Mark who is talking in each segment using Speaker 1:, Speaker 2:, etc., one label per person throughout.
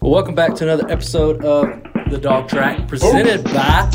Speaker 1: welcome back to another episode of The Dog Track, presented by,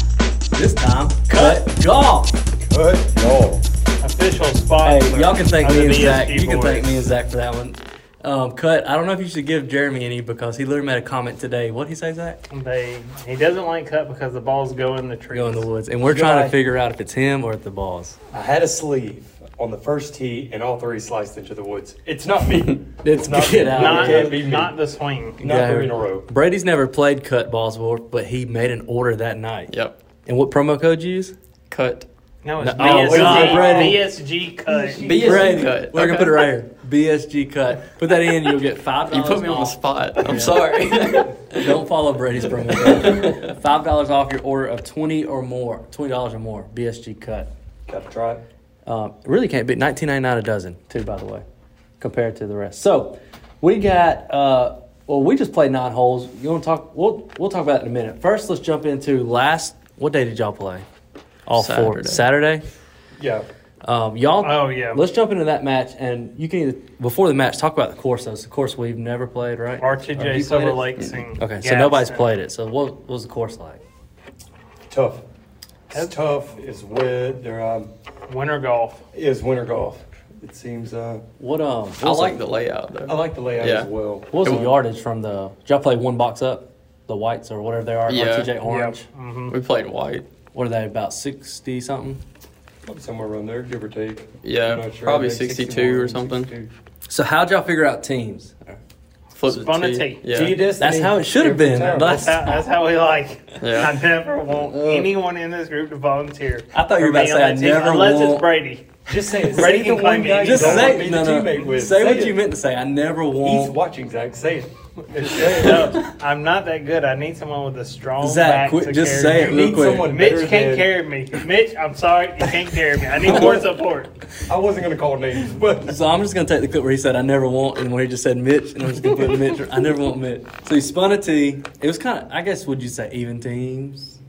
Speaker 1: this time, Cut Golf.
Speaker 2: Good goal.
Speaker 3: official spot.
Speaker 1: Hey, y'all can thank
Speaker 3: under
Speaker 1: me and
Speaker 3: the
Speaker 1: Zach.
Speaker 3: ESP
Speaker 1: You can
Speaker 3: board.
Speaker 1: thank me and Zach for that one. Um, Cut, I don't know if you should give Jeremy any because he literally made a comment today. What'd he say, Zach?
Speaker 3: They, he doesn't like cut because the balls go in the trees.
Speaker 1: Go in the woods. And we're trying to
Speaker 2: Goodbye.
Speaker 1: figure out if it's him or if the balls.
Speaker 2: I had a sleeve on the first tee, and all three sliced into the woods. It's not me.
Speaker 1: It's
Speaker 2: Not-
Speaker 1: get out.
Speaker 3: Not,
Speaker 2: It can't be me.
Speaker 3: not the swing.
Speaker 2: not
Speaker 1: Yeah.
Speaker 2: three in a row.
Speaker 1: Brady's never played cut balls before, but he made an order that night.
Speaker 4: Yep.
Speaker 1: And what promo code you use?
Speaker 4: Cut.
Speaker 3: No, it's
Speaker 1: No,
Speaker 2: oh, it's
Speaker 3: BSG,
Speaker 2: not
Speaker 1: ready.
Speaker 3: BSG cut.
Speaker 4: BSG
Speaker 1: Brady.
Speaker 4: cut.
Speaker 1: We're gonna put it right here. BSG cut. Put that in, you'll get five
Speaker 4: You
Speaker 1: dollars.
Speaker 4: put me on the spot. I'm sorry.
Speaker 1: Don't follow Brady's promo code. five dollars off your order of twenty or more. Twenty dollars or more. BSG cut.
Speaker 2: Got to try it.
Speaker 1: Um, it really can't be nineteen ninety nine a dozen too, by the way, compared to the rest. So we got uh, well, we just played nine holes. You want to talk? We'll we'll talk about it in a minute. First, let's jump into last. What day did y'all play? All four Saturday.
Speaker 4: Saturday.
Speaker 2: Yeah.
Speaker 1: Um, y'all.
Speaker 3: Oh, yeah.
Speaker 1: Let's jump into that match, and you can either before the match talk about the course. Though, it's the course we've never played, right?
Speaker 3: R2J
Speaker 1: You played
Speaker 3: Silver
Speaker 1: it?
Speaker 3: Lakes and
Speaker 1: Okay, so
Speaker 3: Gadsden.
Speaker 1: nobody's played it. So what, what was the course like?
Speaker 2: Tough. It's tough is wet. There um,
Speaker 3: Winter golf.
Speaker 2: is winter golf. It seems. Uh,
Speaker 1: What um? What
Speaker 4: I
Speaker 1: was
Speaker 4: like
Speaker 1: the,
Speaker 4: the layout
Speaker 2: I
Speaker 4: though.
Speaker 2: like the layout
Speaker 4: Yeah.
Speaker 2: as well.
Speaker 1: what was the yardage from the? Did y'all play one box up? The whites or whatever they are,
Speaker 4: Yeah.
Speaker 1: RTJ orange.
Speaker 3: hmm
Speaker 4: We played white.
Speaker 1: What are they about sixty something?
Speaker 2: Somewhere around there, give or take.
Speaker 4: Yeah,
Speaker 2: I'm not sure.
Speaker 4: probably
Speaker 2: I think
Speaker 4: 62 or
Speaker 2: 61,
Speaker 4: something.
Speaker 2: 62.
Speaker 1: So how'd y'all figure out teams?
Speaker 4: Flip the
Speaker 3: Spun a
Speaker 4: tee.
Speaker 3: tee.
Speaker 4: Yeah.
Speaker 2: Gee, Destiny,
Speaker 1: That's how it should have
Speaker 2: every
Speaker 1: been.
Speaker 2: time.
Speaker 1: That's-
Speaker 3: That's, how, that's how we like.
Speaker 4: Yeah.
Speaker 3: I never want anyone in this group to volunteer.
Speaker 1: I thought you were
Speaker 3: for
Speaker 1: about
Speaker 3: me
Speaker 1: to
Speaker 3: on
Speaker 1: say,
Speaker 3: that
Speaker 1: I
Speaker 3: team,
Speaker 1: never
Speaker 3: Unless
Speaker 1: want-
Speaker 3: it's Brady.
Speaker 2: Just say it.
Speaker 3: Brady
Speaker 2: Say
Speaker 3: can
Speaker 2: the
Speaker 3: claim
Speaker 2: one guy
Speaker 3: it.
Speaker 2: you
Speaker 1: Just
Speaker 2: don't
Speaker 3: say-
Speaker 2: want
Speaker 1: say
Speaker 2: me
Speaker 1: no, no.
Speaker 2: to teammate with.
Speaker 1: Say what
Speaker 2: it.
Speaker 1: you meant to say. I never
Speaker 2: He's
Speaker 1: want.
Speaker 2: watching Zach. Say it. Say it.
Speaker 3: No, I'm not that good. I need someone with a strong
Speaker 1: Zach,
Speaker 3: back
Speaker 1: quit-
Speaker 3: to
Speaker 1: just
Speaker 3: carry
Speaker 1: say it.
Speaker 3: me.
Speaker 2: You
Speaker 1: real
Speaker 2: need
Speaker 1: quick.
Speaker 2: someone better
Speaker 3: Mitch can't
Speaker 2: than-
Speaker 3: carry me. Mitch, I'm sorry, you can't carry me. I need more support.
Speaker 2: I wasn't gonna call names, but
Speaker 1: So I'm just gonna take the clip where he said I never want, and where he just said Mitch, and I'm just gonna put Mitch. I never want Mitch. So he spun a tee. It was kind of, I guess, would you say even teams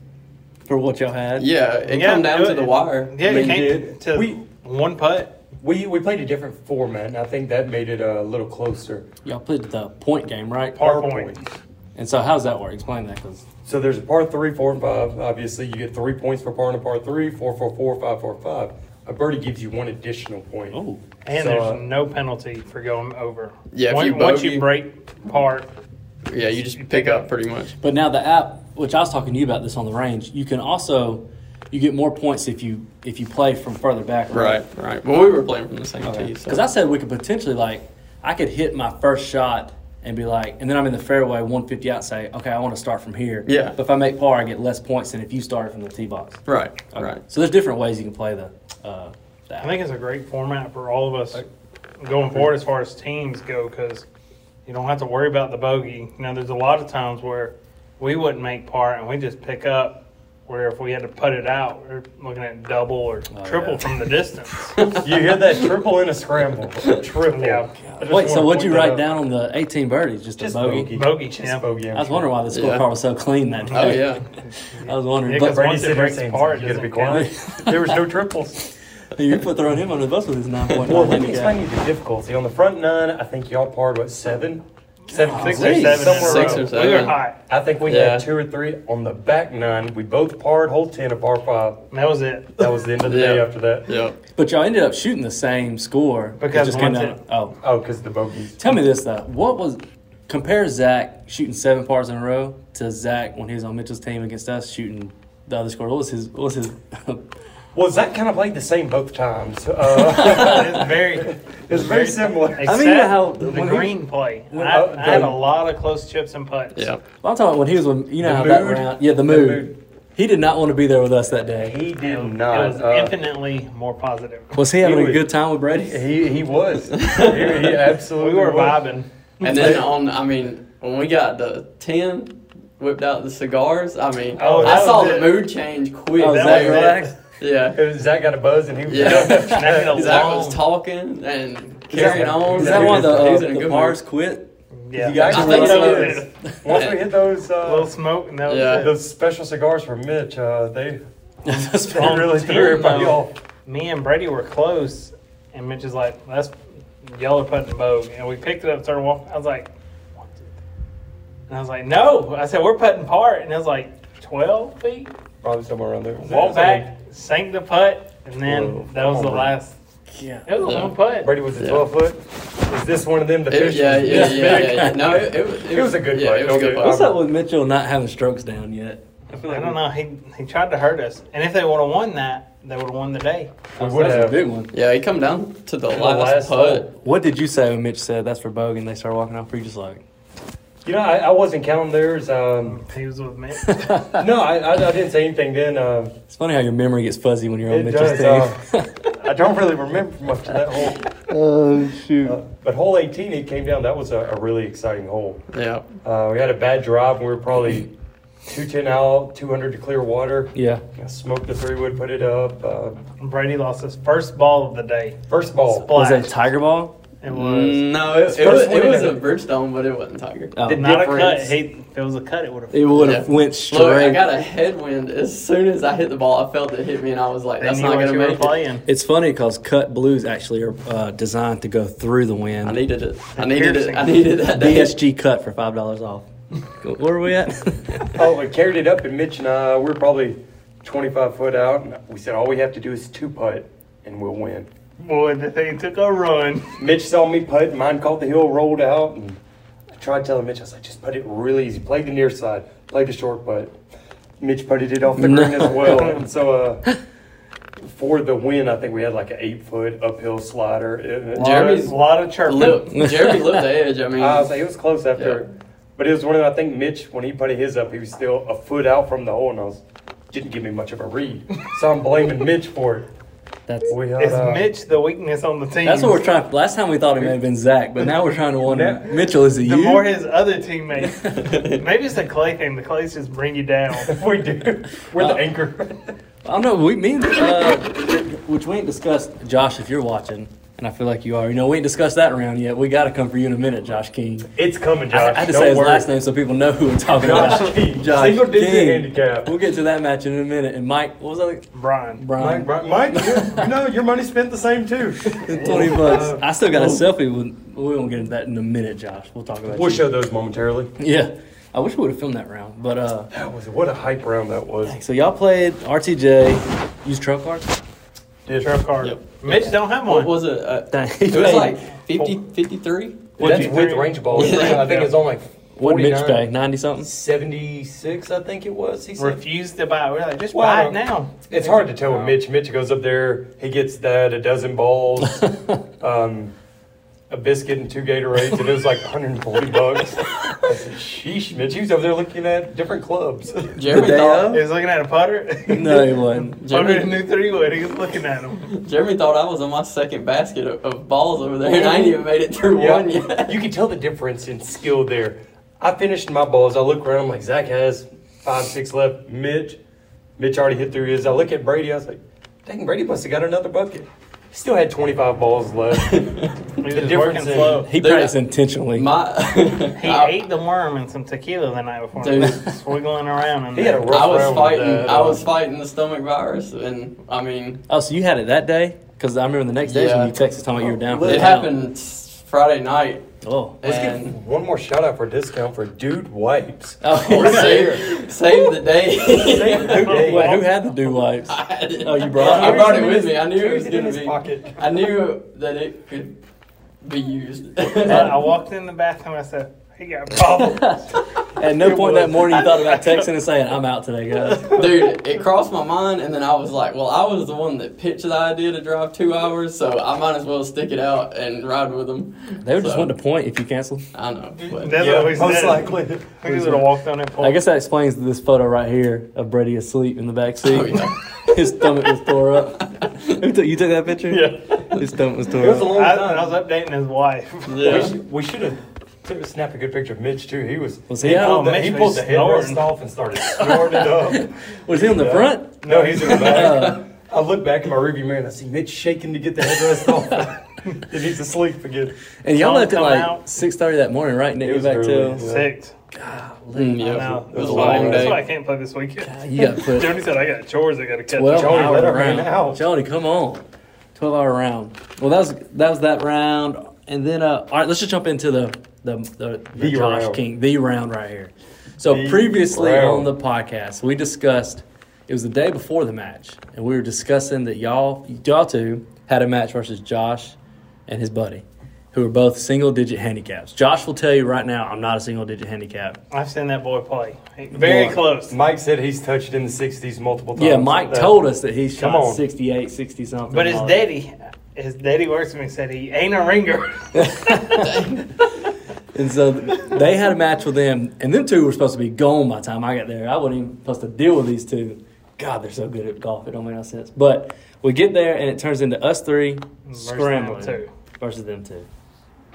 Speaker 1: for what y'all had?
Speaker 4: Yeah, it come down
Speaker 3: do
Speaker 4: to
Speaker 3: it.
Speaker 4: the wire.
Speaker 3: Yeah,
Speaker 2: We
Speaker 3: it came
Speaker 2: did.
Speaker 3: to
Speaker 2: We-
Speaker 3: one putt.
Speaker 2: we we played a different format, and I think that made it a little closer.
Speaker 1: Y'all played the point game, right?
Speaker 3: Par point.
Speaker 1: And so how's that work? Explain that, cause
Speaker 2: So there's a par three, four, and five. Obviously, you get three points for par and a par three, four for four, five for five. A birdie gives you one additional point.
Speaker 1: oh,
Speaker 3: And
Speaker 2: So,
Speaker 3: there's
Speaker 2: uh,
Speaker 3: no penalty for going over.
Speaker 4: Yeah, if
Speaker 3: once,
Speaker 4: you
Speaker 3: once you
Speaker 4: bogey-
Speaker 3: break par,
Speaker 4: Yeah, you just
Speaker 3: You
Speaker 4: pick
Speaker 3: pick
Speaker 4: up
Speaker 3: up.
Speaker 4: pretty much.
Speaker 1: but now the app, which I was talking to you about this on the range, you can also you get more points if you if you play from further back,
Speaker 4: Right, right. Well, we were playing from the same
Speaker 2: Oh,
Speaker 4: tee.
Speaker 1: Because
Speaker 4: So.
Speaker 1: I said we could potentially like I could hit my first shot and be like, and then I'm in the fairway 150 out. Say, okay, I want to start from here.
Speaker 4: Yeah.
Speaker 1: But if I make par, I get less points than if you started from the tee box.
Speaker 4: Right,
Speaker 1: Okay.
Speaker 4: right.
Speaker 1: So there's different ways you can play the. Uh, the
Speaker 3: I think it's a great format for all of us going forward as far as teams go because you don't have to worry about the bogey. You know, there's a lot of times where we wouldn't make par and we just pick up. Where if we had to put it out, we're looking at double or
Speaker 4: Oh,
Speaker 3: triple
Speaker 1: yeah.
Speaker 3: from the distance.
Speaker 2: uh, You hear that triple in a scramble. Triple.
Speaker 3: Yeah.
Speaker 2: I just
Speaker 1: Wait, so
Speaker 2: wanna
Speaker 1: what'd you
Speaker 2: point that
Speaker 1: write
Speaker 2: out.
Speaker 1: down on the 18 birdies? Just,
Speaker 2: Just
Speaker 1: a bogey.
Speaker 2: bogey.
Speaker 3: Bogey,
Speaker 2: Just
Speaker 3: yeah.
Speaker 2: bogey.
Speaker 1: I was wondering why the
Speaker 4: Yeah.
Speaker 1: scorecard was so clean that day.
Speaker 4: Oh, yeah.
Speaker 1: I was wondering.
Speaker 3: Yeah, 'cause
Speaker 1: but
Speaker 2: Brady
Speaker 3: once it
Speaker 2: said
Speaker 3: breaks
Speaker 2: everything's-
Speaker 3: par, it
Speaker 2: you gotta be
Speaker 3: doesn't
Speaker 2: quiet.
Speaker 3: There was no triples.
Speaker 1: you put throwing him under the bus with his 9.9
Speaker 2: Well, let me explain
Speaker 1: handicap.
Speaker 2: you the difficulty. On the front nine, I think y'all parred what seven, seven,
Speaker 3: Six
Speaker 1: Golly.
Speaker 3: or seven. in a
Speaker 2: somewhere around
Speaker 3: row.
Speaker 4: Six or
Speaker 3: We were
Speaker 4: seven.
Speaker 3: hot.
Speaker 2: I think we
Speaker 4: Yeah.
Speaker 2: had two or three on the back nine. We both parred hole ten at par five.
Speaker 3: And That was it.
Speaker 2: That was the end of the day
Speaker 4: Yeah.
Speaker 2: after that.
Speaker 4: Yeah.
Speaker 1: But y'all ended up shooting the same score. It
Speaker 3: Because
Speaker 1: just came
Speaker 3: once
Speaker 1: down-
Speaker 3: it-
Speaker 1: oh,
Speaker 2: Oh, because the bogeys.
Speaker 1: Tell me this though. What was compare Zach shooting seven pars in a row to Zach when he was on Mitchell's team against us shooting the other score? What was his what was his
Speaker 2: Well, Zach kind of played the same both times. Uh,
Speaker 3: It's very.
Speaker 2: it's very similar.
Speaker 3: Except
Speaker 1: mean, you know how-
Speaker 3: the
Speaker 1: when we-
Speaker 3: green play.
Speaker 2: when-
Speaker 3: I,
Speaker 2: oh,
Speaker 3: I had
Speaker 2: the-
Speaker 3: a lot of close chips and putts.
Speaker 4: Yeah.
Speaker 1: I'm talking about when he was with you know
Speaker 2: The
Speaker 1: how that
Speaker 2: mood?
Speaker 1: round yeah, the
Speaker 2: The
Speaker 1: mood.
Speaker 2: mood.
Speaker 1: He did not want to be there with us that day.
Speaker 2: He
Speaker 3: It
Speaker 2: did
Speaker 3: was,
Speaker 2: not.
Speaker 3: it was
Speaker 2: uh,
Speaker 3: infinitely more positive.
Speaker 1: Was he having
Speaker 2: He
Speaker 1: a
Speaker 2: was-
Speaker 1: good time with Brady?
Speaker 2: He he was. he, he absolutely.
Speaker 3: We were
Speaker 2: was.
Speaker 3: vibing.
Speaker 4: And then on, I mean, when we got the 10, whipped out the cigars, I mean,
Speaker 2: Oh,
Speaker 4: I
Speaker 2: that
Speaker 4: saw
Speaker 2: was
Speaker 4: the
Speaker 2: it.
Speaker 4: mood change quick.
Speaker 1: Oh,
Speaker 3: that
Speaker 1: Zach
Speaker 3: was it.
Speaker 1: relaxed.
Speaker 4: Yeah.
Speaker 2: It was- Zach got a buzz and he was
Speaker 4: Yeah.
Speaker 2: done after
Speaker 3: And I had
Speaker 2: that.
Speaker 3: a
Speaker 4: Zach
Speaker 3: long-
Speaker 4: was talking and carrying
Speaker 2: Yeah.
Speaker 4: on.
Speaker 1: Is that
Speaker 2: he
Speaker 1: one of the,
Speaker 2: was-
Speaker 1: uh,
Speaker 4: He was in a
Speaker 1: the
Speaker 4: good
Speaker 1: bars
Speaker 4: mood.
Speaker 1: quit?
Speaker 3: Yeah.
Speaker 2: You guys
Speaker 4: I
Speaker 2: remember
Speaker 4: think so.
Speaker 2: those- Once we hit those
Speaker 3: A little
Speaker 2: uh,
Speaker 3: smoke and that was
Speaker 4: Yeah.
Speaker 3: it.
Speaker 2: those special cigars from Mitch, uh, they
Speaker 1: That's
Speaker 3: Um,
Speaker 2: they
Speaker 1: wrong.
Speaker 2: really
Speaker 3: ten,
Speaker 2: threw everybody
Speaker 3: though.
Speaker 2: off.
Speaker 3: Me and Brady were close, and Mitch is like, "That's y'all are putting bogue," and we picked it up, started walking. I was like, "What?" And I was like, no. I said, we're putting part. And it was like 12 feet.
Speaker 2: Probably somewhere around there.
Speaker 3: Walked back, sank the putt, and then
Speaker 2: Whoa.
Speaker 3: that was
Speaker 2: Come
Speaker 3: the
Speaker 2: on,
Speaker 3: last.
Speaker 1: Yeah.
Speaker 3: It was a long putt.
Speaker 2: Brady was a
Speaker 4: Yeah.
Speaker 2: 12 foot. Is this one of them? The
Speaker 4: It,
Speaker 2: fish
Speaker 4: yeah,
Speaker 2: is
Speaker 4: yeah,
Speaker 2: this
Speaker 4: yeah,
Speaker 2: big?
Speaker 4: yeah, yeah. No, it, it, was-
Speaker 2: It was a good
Speaker 4: yeah,
Speaker 2: putt.
Speaker 4: It
Speaker 2: Don't
Speaker 4: was a good
Speaker 2: get-
Speaker 4: putt.
Speaker 1: What's up with Mitchell not having strokes down yet?
Speaker 2: I feel
Speaker 3: I
Speaker 2: like
Speaker 3: don't know. He, he tried to hurt us. And if they would have won that, they would have won the day.
Speaker 2: We would
Speaker 1: That's a
Speaker 2: have.
Speaker 1: big one.
Speaker 4: Yeah, he come down to the
Speaker 2: the last
Speaker 4: last putt.
Speaker 1: What did you say when Mitch said that's for Bogan? They started walking off. Were you just like,
Speaker 2: You know, I, I wasn't counting theirs. Um,
Speaker 3: He was with me.
Speaker 2: no, I, I, I didn't say anything then. Um,
Speaker 1: it's funny how your memory gets fuzzy when you're on
Speaker 2: It
Speaker 1: Mitchell's
Speaker 2: does,
Speaker 1: team.
Speaker 2: I don't really remember much of that hole.
Speaker 1: oh shoot!
Speaker 2: Uh, but hole 18, it came down. That was a, a really exciting hole.
Speaker 4: Yeah.
Speaker 2: Uh, we had a bad drive, and we were probably 210 out, 200 to clear water.
Speaker 1: yeah,
Speaker 2: I smoked the three wood, put it up. Uh,
Speaker 3: Brady lost his first ball of the day.
Speaker 2: first ball,
Speaker 3: Splat.
Speaker 1: was that a tiger ball?
Speaker 3: It was
Speaker 4: No, it, it
Speaker 2: First
Speaker 4: was
Speaker 2: one
Speaker 4: it
Speaker 2: in
Speaker 4: was
Speaker 2: a-
Speaker 4: a Bridgestone, but it wasn't Tiger.
Speaker 1: Oh.
Speaker 2: Did-
Speaker 3: not
Speaker 2: difference.
Speaker 3: a cut. He, if it was a cut, it would have.
Speaker 1: It would have
Speaker 4: Yeah.
Speaker 1: went straight.
Speaker 4: Look, I got a headwind as soon as I hit the ball. I felt it hit me, and I was like, "That's not gonna make it."
Speaker 3: playing.
Speaker 1: It's funny because cut blues actually are uh, designed to go through the wind.
Speaker 4: I needed it. I
Speaker 3: And
Speaker 4: needed it.
Speaker 3: piercing.
Speaker 4: I needed that day.
Speaker 1: DSG cut for five dollars off. Where are we at?
Speaker 2: Oh, we carried it up, and Mitch and I, we were probably 25 foot out. And we said, all we have to do is two putt, and we'll win.
Speaker 3: Boy, the thing took a run.
Speaker 2: Mitch saw me putt, mine caught the hill, rolled out, and I tried telling Mitch, I was like, just put it really easy. Play the near side, play the short putt. Mitch putted it off the green as well. And so uh, for the win, I think we had like an eight foot uphill slider. Uh, It- it-
Speaker 4: Jeremy's-
Speaker 3: a lot of chirping.
Speaker 4: Look, Jeremy looked the edge. I mean,
Speaker 2: Uh, I was like, it was close after. But it was one of, I think Mitch, when he putted his up, he was still a foot out from the hole, and I was, didn't give me much of a read. So I'm blaming Mitch for it.
Speaker 1: That's
Speaker 2: We had,
Speaker 3: It's
Speaker 2: uh,
Speaker 3: Mitch the weakness on the team.
Speaker 1: that's what we're trying. Last time we thought it may have been Zach, but now we're trying to wonder.
Speaker 2: Yeah.
Speaker 1: Mitchell is it
Speaker 3: The
Speaker 1: you?
Speaker 3: more his other teammates. Maybe it's the clay thing. The clays just bring you down.
Speaker 2: We do. We're
Speaker 1: Uh,
Speaker 2: the anchor.
Speaker 1: I don't know. We me and, uh, which we ain't discussed. Josh, if you're watching, and I feel like you are. You know, we ain't discussed that round yet. We got to come for you in a minute, Josh King.
Speaker 2: It's coming,
Speaker 1: I,
Speaker 2: Josh.
Speaker 1: I had to
Speaker 2: Don't
Speaker 1: say his
Speaker 2: worry.
Speaker 1: last name so people know who we're talking
Speaker 2: Josh
Speaker 1: about.
Speaker 2: King.
Speaker 1: Josh
Speaker 2: Single digit
Speaker 1: King.
Speaker 2: handicap.
Speaker 1: We'll get to that match in a minute. And Mike, what was that?
Speaker 3: Brian.
Speaker 1: Brian.
Speaker 2: Mike, Mike, Mike you know, your money spent the same too.
Speaker 1: Twenty
Speaker 2: Uh,
Speaker 1: bucks. I still got a selfie. With, we won't get into that in a minute, Josh. We'll talk about.
Speaker 2: oh. We'll
Speaker 1: you.
Speaker 2: show those momentarily.
Speaker 1: Yeah, I wish we would have filmed that round. But uh,
Speaker 2: That was what a hype round that was.
Speaker 1: so y'all played RTJ. Use truck cards.
Speaker 2: Did-
Speaker 3: Sheriff Carter.
Speaker 4: Yep.
Speaker 3: Mitch don't have
Speaker 4: what
Speaker 3: one.
Speaker 4: was it? Uh,
Speaker 1: Dang.
Speaker 4: it was like 50, 53?
Speaker 2: That's
Speaker 3: you
Speaker 2: with
Speaker 3: think?
Speaker 2: range ball.
Speaker 4: Yeah.
Speaker 2: I think it's on like
Speaker 1: What Mitch pay?
Speaker 2: 49,
Speaker 1: Ninety something.
Speaker 2: 76, I think it was. He said.
Speaker 3: Refused to buy. it. We're like, just
Speaker 2: Well, I
Speaker 3: buy it
Speaker 2: don't-
Speaker 3: now.
Speaker 2: It's hard to tell with Mitch. Mitch goes up there, he gets that, a dozen balls, um, a biscuit, and two Gatorades, and it was like 140 bucks. I said, sheesh, Mitch. He was over there looking at different clubs.
Speaker 4: Jeremy
Speaker 1: The day
Speaker 4: thought,
Speaker 3: He's looking at a putter.
Speaker 1: No, he wasn't.
Speaker 3: Under a
Speaker 4: Jeremy-
Speaker 3: new three wood. He's looking at him.
Speaker 4: Jeremy thought I was on my second basket of, of balls over there, and I ain't even made it through
Speaker 2: Yeah,
Speaker 4: one yet.
Speaker 2: you can tell the difference in skill there. I finished my balls. I look around. I'm like, Zach has five, six left. Mitch, Mitch already hit through his. I look at Brady. I was like, dang, Brady must have got another bucket. Still had 25 balls left.
Speaker 3: He's
Speaker 2: The
Speaker 3: just working
Speaker 2: difference in-
Speaker 3: slow.
Speaker 1: He
Speaker 4: Dude,
Speaker 1: practiced
Speaker 4: I-
Speaker 1: intentionally.
Speaker 4: My,
Speaker 3: He
Speaker 4: I,
Speaker 3: ate the worm and some tequila the night before.
Speaker 4: Dude.
Speaker 3: Swiggling around. in
Speaker 2: He had a
Speaker 3: there.
Speaker 2: rough
Speaker 4: I was
Speaker 2: round with
Speaker 4: fighting.
Speaker 2: that,
Speaker 4: I
Speaker 2: uh,
Speaker 4: was fighting the stomach virus, and I mean,
Speaker 1: oh, so you had it that day? Because I remember the next day is when
Speaker 4: Yeah.
Speaker 1: you texted talking about you were down. for
Speaker 4: it
Speaker 1: the
Speaker 4: happened Friday night.
Speaker 1: count. Oh.
Speaker 2: Let's
Speaker 4: and
Speaker 2: give one more shout out for discount for Dude Wipes.
Speaker 1: Oh,
Speaker 4: save, save the
Speaker 2: Save
Speaker 4: day.
Speaker 2: the day.
Speaker 1: Wait, who had the dew wipes? Oh, you brought it?
Speaker 4: I brought it with me. I knew it
Speaker 2: Carries
Speaker 4: was
Speaker 2: it in
Speaker 4: gonna
Speaker 2: his
Speaker 4: be.
Speaker 2: pocket.
Speaker 4: I knew that it could be used.
Speaker 3: But I walked in the bathroom. I said, "He got problems."
Speaker 1: At no
Speaker 2: It
Speaker 1: point
Speaker 2: was.
Speaker 1: that morning you thought about texting and saying, "I'm out today, guys."
Speaker 4: Dude, it crossed my mind, and then I was like, well, I was the one that pitched the idea to drive two hours, so I might as well stick it out and ride with them.
Speaker 1: They would just
Speaker 4: So,
Speaker 1: want to point if you canceled.
Speaker 4: I know. But
Speaker 3: That's
Speaker 2: Yeah,
Speaker 3: what we
Speaker 2: most
Speaker 3: said.
Speaker 2: likely.
Speaker 3: I think would have walked on that pole.
Speaker 1: I guess that explains this photo right here of Brady asleep in the back seat.
Speaker 4: Oh, yeah.
Speaker 1: His stomach was tore up. Who took you took that picture?
Speaker 3: Yeah.
Speaker 1: His stomach was
Speaker 2: It
Speaker 1: tore
Speaker 2: was a
Speaker 1: up.
Speaker 2: long
Speaker 3: I,
Speaker 2: time.
Speaker 3: I was updating his wife.
Speaker 2: We
Speaker 4: Yeah.
Speaker 2: should- We should have took snapped a good picture of Mitch too. He was.
Speaker 1: Was he out?
Speaker 2: pulled
Speaker 3: Oh,
Speaker 2: the, he
Speaker 3: Mitch
Speaker 2: pulled
Speaker 3: was
Speaker 2: the headrest
Speaker 3: snoring.
Speaker 2: off and started snoring it up.
Speaker 1: Was he on the front?
Speaker 2: No, he's in the back. I look back in my rearview mirror and I see Mitch shaking to get the headrest off. and he's asleep again.
Speaker 1: And y'all
Speaker 3: Sun
Speaker 1: left at
Speaker 3: come
Speaker 1: like
Speaker 3: out.
Speaker 1: six thirty that morning, right? Nick
Speaker 2: It
Speaker 1: you
Speaker 2: was
Speaker 1: back
Speaker 2: early.
Speaker 1: till
Speaker 3: Six.
Speaker 4: Mm, yeah,
Speaker 3: I know.
Speaker 4: it was a
Speaker 2: That's why-
Speaker 4: long
Speaker 3: That's why I
Speaker 4: day.
Speaker 3: can't play this weekend.
Speaker 1: you got put
Speaker 3: Jody said I got chores I got to catch.
Speaker 1: twelve
Speaker 2: Jody,
Speaker 1: hour
Speaker 2: let her
Speaker 1: round.
Speaker 2: man out.
Speaker 1: Jody, come on, twelve hour round. Well, that was that was that round, and then uh, all right, let's just jump into the the the, the,
Speaker 2: The
Speaker 1: Josh
Speaker 2: round.
Speaker 1: King the round right here. So
Speaker 2: The
Speaker 1: previously on
Speaker 2: round.
Speaker 1: the podcast, we discussed it was the day before the match, and we were discussing that y'all y'all two had a match versus Josh and his buddy, who were both single digit handicaps. Josh will tell you right now, I'm not a single digit handicap.
Speaker 3: I've seen that boy play. He- Very
Speaker 2: Boy,
Speaker 3: close.
Speaker 2: Mike said he's touched in the 60s multiple times.
Speaker 1: Yeah, Mike
Speaker 2: Uh,
Speaker 1: told us that he shot
Speaker 2: on.
Speaker 1: 68, 60 something.
Speaker 3: But his
Speaker 1: All that.
Speaker 3: daddy, his daddy works with me. Said he ain't a ringer.
Speaker 1: And so they had a match with them, and them two were supposed to be gone by the time I got there. I wasn't even supposed to deal with these two. God, they're so good at golf. It don't make no sense. But we get there, and it turns into us three
Speaker 3: them
Speaker 1: scrambling
Speaker 3: two.
Speaker 1: versus them two.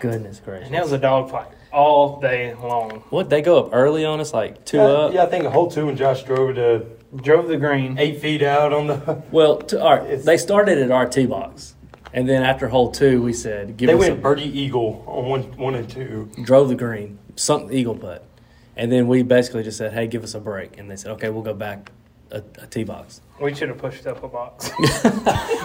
Speaker 1: Goodness gracious!
Speaker 3: and it was a dog fight all day long.
Speaker 1: what they go up early on us, like two
Speaker 2: uh,
Speaker 1: up.
Speaker 2: yeah, I think a whole two and Josh drove it uh,
Speaker 3: Drove the green.
Speaker 2: eight feet out on the.
Speaker 1: Well, to, all right,
Speaker 2: It's-
Speaker 1: they started at our tee box, and then after hole two, we said, "Give
Speaker 2: They
Speaker 1: us
Speaker 2: went
Speaker 1: a
Speaker 2: birdie eagle on one, one and two.
Speaker 1: drove the green, sunk the eagle putt, and then we basically just said, "Hey, give us a break," and they said, "Okay, we'll go back a, a tee box."
Speaker 3: We should have pushed up a box.